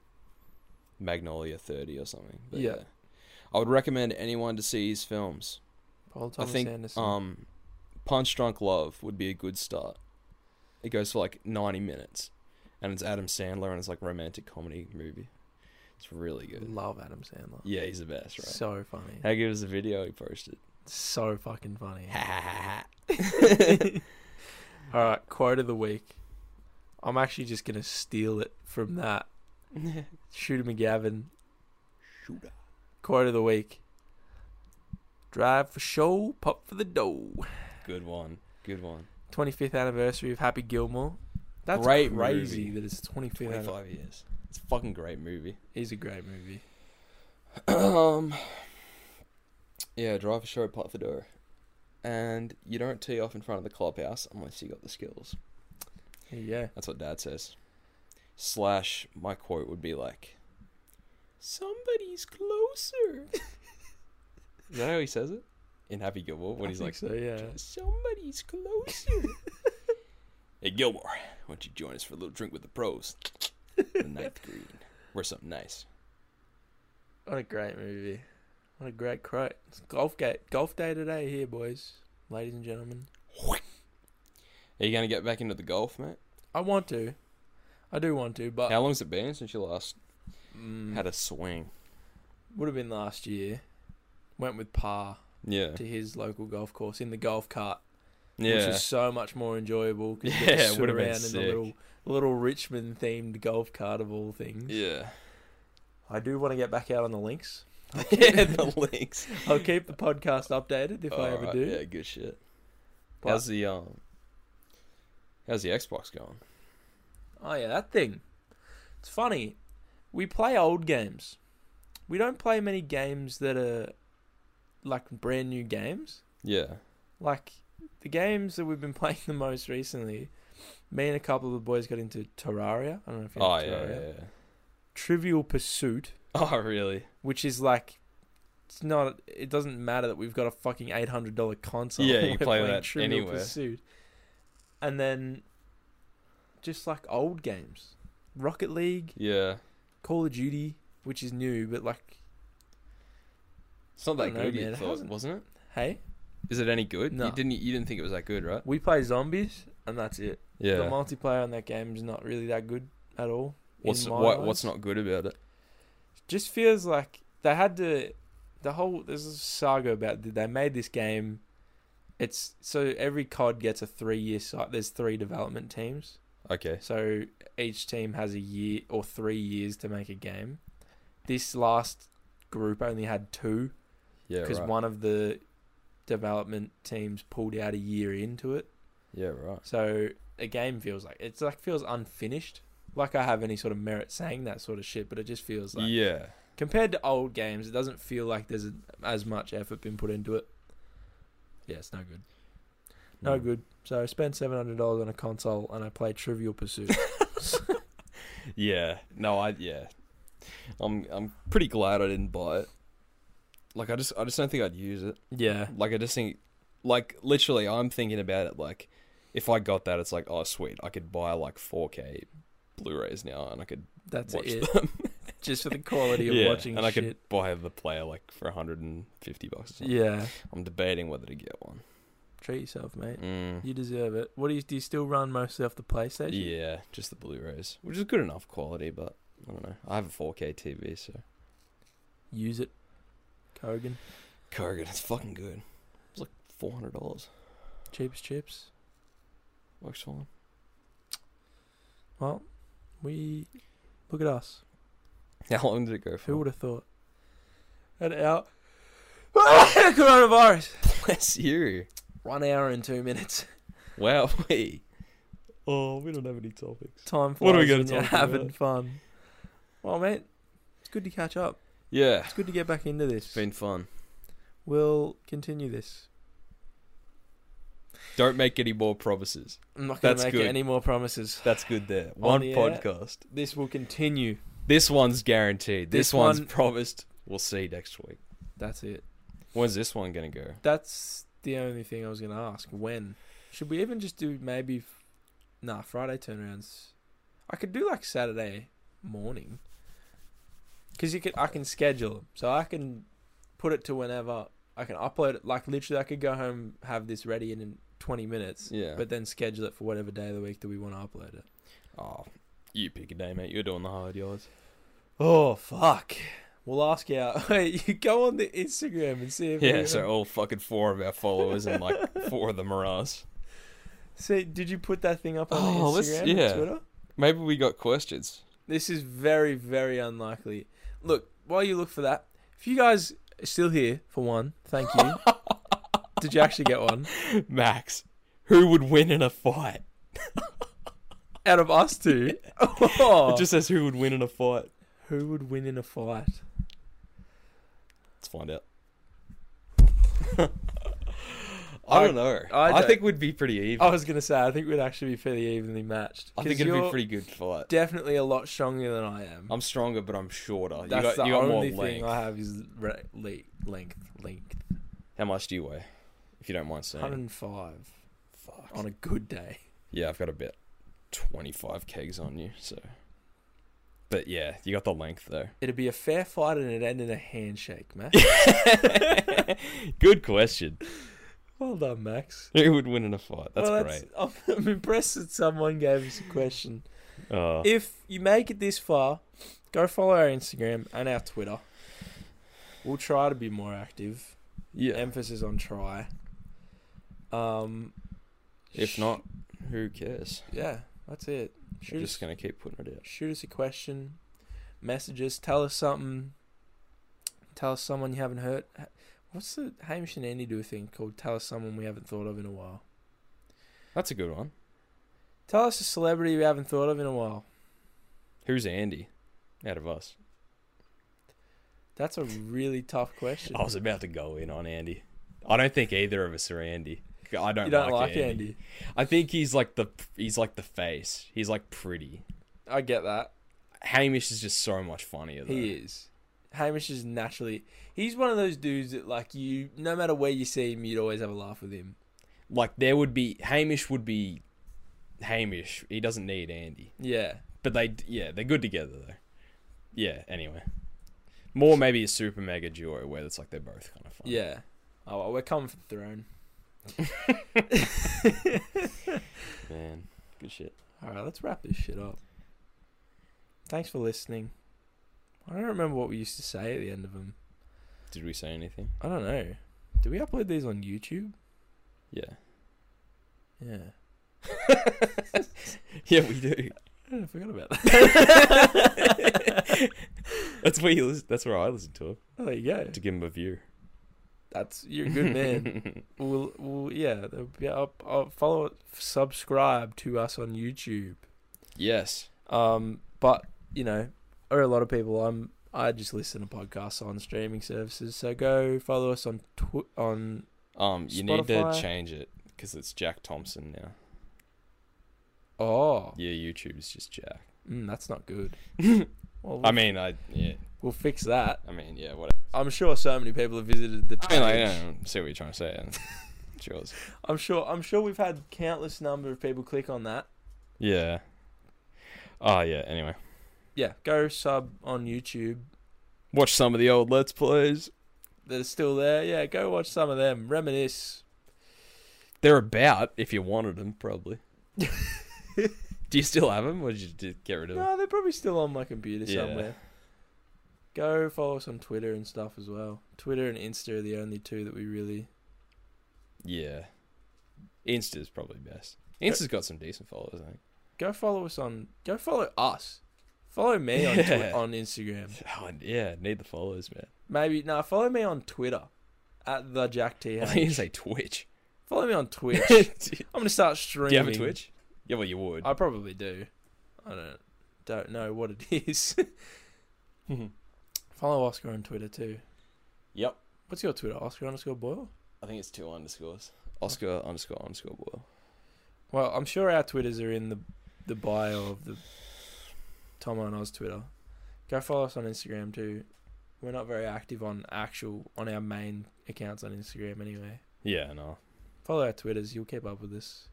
S2: Magnolia thirty or something. But
S1: Yeah.
S2: yeah, I would recommend anyone to see his films.
S1: Paul Thomas
S2: I think
S1: Anderson.
S2: um, Punch Drunk Love would be a good start. It goes for like ninety minutes, and it's Adam Sandler and it's like romantic comedy movie. It's really good.
S1: Love Adam Sandler.
S2: Yeah, he's the best, right?
S1: So funny.
S2: How good was the video he posted?
S1: So fucking funny.
S2: yeah,
S1: All right, quote of the week. I'm actually just going to steal it from that. Shooter McGavin.
S2: Shooter.
S1: Quote of the week. Drive for show, pop for the dough.
S2: good one, good one.
S1: 25th anniversary of Happy Gilmore. That's
S2: Great
S1: crazy
S2: movie.
S1: that it's 25th.
S2: Twenty
S1: anniversary.
S2: five years. It's a fucking great movie.
S1: He's a great movie.
S2: um, yeah, drive a show, pot for door, and you don't tee off in front of the clubhouse unless you got the skills.
S1: There you go.
S2: That's what dad says. Slash, my quote would be like, Somebody's closer. Is that how he says it? In Happy Gilmore, when
S1: I
S2: he's
S1: think
S2: like,
S1: so, yeah.
S2: Somebody's closer. hey, Gilmore, why don't you join us for a little drink with the pros? The ninth green. Wear something nice.
S1: What a great movie. What a great quote. It's golf, gate, golf day today here, boys, ladies and gentlemen.
S2: Are you going to get back into the golf, mate?
S1: I want to. I do want to, but
S2: How long's it been since you last
S1: Mm,
S2: had a swing?
S1: would have been last year. Went with Pa
S2: Yeah.
S1: to his local golf course in the golf cart, which
S2: Yeah.
S1: is so much more enjoyable because you
S2: Yeah,
S1: get to
S2: it
S1: sit
S2: would have been
S1: around in the
S2: sick.
S1: little little Richmond themed golf cart of all things.
S2: Yeah.
S1: I do want to get back out on the links.
S2: yeah, the links.
S1: I'll keep the podcast updated if I ever
S2: Alright,
S1: do.
S2: Yeah, good shit.
S1: But-
S2: how's the um? How's the Xbox going?
S1: Oh yeah, that thing. It's funny. We play old games. We don't play many games that are like brand new games.
S2: Yeah,
S1: like the games that we've been playing the most recently Me and a couple of the boys got into Terraria. I don't know if you know
S2: Oh yeah,
S1: Terraria.
S2: yeah, yeah.
S1: Trivial Pursuit,
S2: Oh really?
S1: which is like. It's not. It doesn't matter that we've got a fucking eight hundred dollar console.
S2: Yeah, you
S1: We're
S2: play
S1: playing
S2: that
S1: Trivial
S2: anywhere.
S1: Pursuit. And then, just like old games, Rocket League,
S2: Yeah.
S1: Call of Duty, which is new, but like,
S2: It's not
S1: I
S2: that
S1: don't know,
S2: good.
S1: man,
S2: you
S1: it
S2: thought,
S1: hasn't-
S2: wasn't it?
S1: hey,
S2: Is it any good?
S1: No.
S2: You didn't. You didn't think it was that good, right?
S1: we play zombies, and that's it. The
S2: Yeah.
S1: multiplayer on that game is not really that good at all. in
S2: What's
S1: my
S2: what,
S1: eyes.
S2: What's not good about it?
S1: Just feels like they had to. The whole there's a saga about th- they made this game. It's so every COD gets a three year cycle. There's three development teams,
S2: Okay.
S1: so each team has a year or three years to make a game. This last group only had two
S2: Yeah.
S1: because
S2: Right.
S1: one of the development teams pulled out a year into it.
S2: yeah. Right.
S1: So a game feels like it's like feels unfinished. Like I have any sort of merit saying that sort of shit, but it just feels like
S2: yeah.
S1: compared to old games, it doesn't feel like there's as much effort been put into it. Yeah, it's no good. No
S2: Mm.
S1: good. So I spent seven hundred dollars on a console and I played Trivial Pursuit.
S2: Yeah. No, I yeah. I'm I'm pretty glad I didn't buy it. Like I just I just don't think I'd use it.
S1: yeah,
S2: Like I just think like literally I'm thinking about it like if I got that it's like oh sweet, I could buy like 4K Blu-rays now and I could
S1: that's
S2: watch
S1: it.
S2: them.
S1: Just for the quality of
S2: yeah,
S1: watching
S2: and I
S1: shit.
S2: could buy the player like for 150 bucks or something.
S1: Yeah,
S2: I'm debating whether to get one.
S1: treat yourself, mate.
S2: Mm.
S1: You deserve it. What do you do? You still run mostly off the PlayStation?
S2: Yeah, just the Blu-rays, which is good enough quality, but I don't know. I have a 4K TV, so
S1: Use it, Kogan.
S2: Cargan, it's fucking good. It's like four hundred dollars.
S1: Cheapest chips.
S2: Works fine.
S1: Well, we look at us.
S2: How long did it go for?
S1: Who would have thought? An hour. Coronavirus.
S2: Bless you.
S1: One hour and two minutes.
S2: Wow. We. Oh, we don't have any topics.
S1: Time flies
S2: What are we gonna
S1: when you're
S2: talk
S1: having
S2: about?
S1: fun. Well, mate, it's good to catch up.
S2: Yeah,
S1: It's good to get back into this.
S2: it's been fun.
S1: We'll continue this.
S2: Don't make any more promises.
S1: I'm not going to make
S2: That's good.
S1: any more promises.
S2: That's good. There,
S1: On
S2: one
S1: the air.
S2: podcast.
S1: This will continue.
S2: This one's guaranteed. This,
S1: This
S2: one's
S1: one-
S2: promised. We'll see next week.
S1: That's it.
S2: When's this one gonna go?
S1: That's the only thing I was going to ask. When? Should we even just do maybe. F- nah, Friday turnarounds. I could do like Saturday morning. Because you can, I can schedule 'em. So I can put it to whenever. I can upload it. Like literally, I could go home, have this ready in 20 minutes,
S2: Yeah.
S1: but then schedule it for whatever day of the week that we want to upload it.
S2: oh, you pick a day, mate. You're doing the hard yards.
S1: Oh, fuck. We'll ask you out. Wait, you go on the Instagram and see if
S2: Yeah.
S1: we-
S2: So all fucking four of our followers and like four of them are us.
S1: See, did you put that thing up on
S2: Oh,
S1: Instagram
S2: let's-
S1: and
S2: yeah.
S1: Twitter?
S2: Maybe we got questions.
S1: This is very, very unlikely. Look, while you look for that, if you guys are still here, for one, thank you. Did you actually get one?
S2: Max, who would win in a fight?
S1: Out of us two, Oh.
S2: It just says who would win in a fight.
S1: who would win in a fight?
S2: Let's find out.
S1: I-
S2: I don't know.
S1: I
S2: I,
S1: don't-
S2: think we'd be pretty even.
S1: I
S2: I,
S1: was gonna say I think we'd actually be fairly evenly matched.
S2: think
S1: 'Cause
S2: it'd be
S1: you're
S2: a pretty good fight.
S1: definitely a lot stronger than I am.
S2: I'm stronger, but I'm shorter. You
S1: That's
S2: got,
S1: the
S2: you got
S1: only
S2: more
S1: thing
S2: length.
S1: I have is re- le- length, length,
S2: How much do you weigh? If you don't mind saying.
S1: 105
S2: Fuck.
S1: on a good day.
S2: Yeah, I've got about 25 kegs on you, so. But yeah, you got the length though.
S1: It'd be a fair fight and it'd end in a handshake, Max.
S2: good question.
S1: well done, Max.
S2: Who would win in a fight? That's
S1: Well,
S2: great.
S1: I'm, I'm impressed that someone gave us a question.
S2: Uh,
S1: If you make it this far, go follow our Instagram and our Twitter. We'll try to be more active.
S2: yeah.
S1: Emphasis on try. Um,
S2: If not, who cares?
S1: yeah, that's it. Shoot,
S2: We're
S1: us,
S2: just gonna keep putting it out.
S1: shoot us a question, message us, tell us something, tell us someone you haven't heard. What's the Hamish and Andy do thing called? Tell us someone we haven't thought of in a while.
S2: That's a good one.
S1: Tell us a celebrity we haven't thought of in a while.
S2: Who's Andy? Out of us.
S1: That's a really tough question.
S2: I was about to go in on Andy. I don't think either of us are Andy. I don't,
S1: You don't
S2: like,
S1: like
S2: Andy.
S1: Andy.
S2: I think he's like the he's like the face. He's like pretty.
S1: I get that.
S2: Hamish is just so much funnier. Though.
S1: He is. Hamish is naturally. He's one of those dudes that like you. No matter where you see him, you'd always have a laugh with him.
S2: Like there would be Hamish would be Hamish. He doesn't need Andy.
S1: Yeah.
S2: But they yeah they're good together though. Yeah. Anyway, more maybe a super mega duo where it's like they're both kind of funny.
S1: Yeah. Oh, well, we're coming for the throne.
S2: Man, good shit.
S1: All right, let's wrap this shit up. Thanks for listening. I don't remember what we used to say at the end of them.
S2: Did we say anything?
S1: I don't know. Do we upload these on YouTube?
S2: Yeah.
S1: Yeah.
S2: Yeah, we do.
S1: I forgot about that.
S2: That's where you listen, that's where I listen to it
S1: Oh, there you go.
S2: to give him a view.
S1: That's you're a good man. we'll, we'll, yeah, they'll be up, up, follow, subscribe to us on YouTube.
S2: yes.
S1: Um, but you know, or a lot of people, I'm I just listen to podcasts on streaming services. So go follow us on tw- on
S2: Um, you need
S1: Spotify.
S2: to change it because it's Jack Thompson now.
S1: oh,
S2: Yeah, YouTube is just Jack.
S1: mm, that's not good. Well, we'll,
S2: I mean, I yeah,
S1: we'll fix that.
S2: I mean, yeah, whatever.
S1: I'm sure so many people have visited the
S2: I mean, like, I
S1: page.
S2: don't see what you're trying to say. and it's yours.
S1: I'm sure I'm sure we've had countless number of people click on that.
S2: Yeah. Oh yeah. Anyway,
S1: Yeah, go sub on YouTube.
S2: watch some of the old Let's Plays.
S1: That are still there. Yeah, go watch some of them. Reminisce.
S2: They're about if you wanted them, probably. Do you still have them, or did you just get rid of them?
S1: No, they're probably still on my computer
S2: Yeah.
S1: somewhere. Go follow us on Twitter and stuff as well. Twitter and Insta are the only two that we really.
S2: Yeah. Insta's probably best. Insta's got some decent followers, I think.
S1: Go follow us on. Go follow us. Follow me on
S2: Yeah.
S1: twi- on Instagram.
S2: Oh, and yeah, need the followers, man.
S1: Maybe no. follow me on Twitter at the Jack T.
S2: I think you
S1: H.
S2: say Twitch.
S1: follow me on Twitch.
S2: Do
S1: I'm gonna start streaming.
S2: you have a Twitch? Yeah, well, you would.
S1: I probably do. I don't don't know what it is. follow Oscar on Twitter too.
S2: yep.
S1: What's your Twitter? Oscar underscore Boyle.
S2: I think it's two underscores. Oscar underscore underscore boil.
S1: Well, I'm sure our Twitters are in the the bio of the Tom and Oz Twitter. Go follow us on Instagram too. We're not very active on actual on our main accounts on Instagram anyway.
S2: Yeah, no.
S1: Follow our Twitters, you'll keep up with us.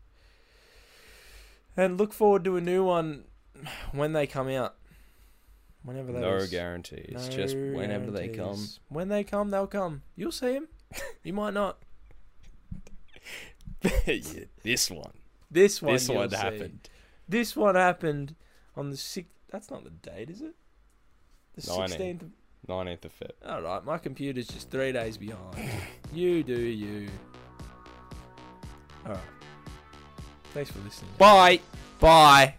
S1: And look forward to a new one when they come out. Whenever that
S2: No
S1: is.
S2: guarantees.
S1: No
S2: Just whenever they come.
S1: guarantees. When they come, they'll come. You'll see them. you might not.
S2: Yeah, this one.
S1: This one.
S2: this one
S1: you'll see.
S2: happened.
S1: This one happened on the sixth. That's not the date, is it? The
S2: No, I know.
S1: sixteenth. of
S2: 19th of Feb.
S1: All right, my computer's just three days behind. you do you. All right. Thanks for listening.
S2: Bye. Bye.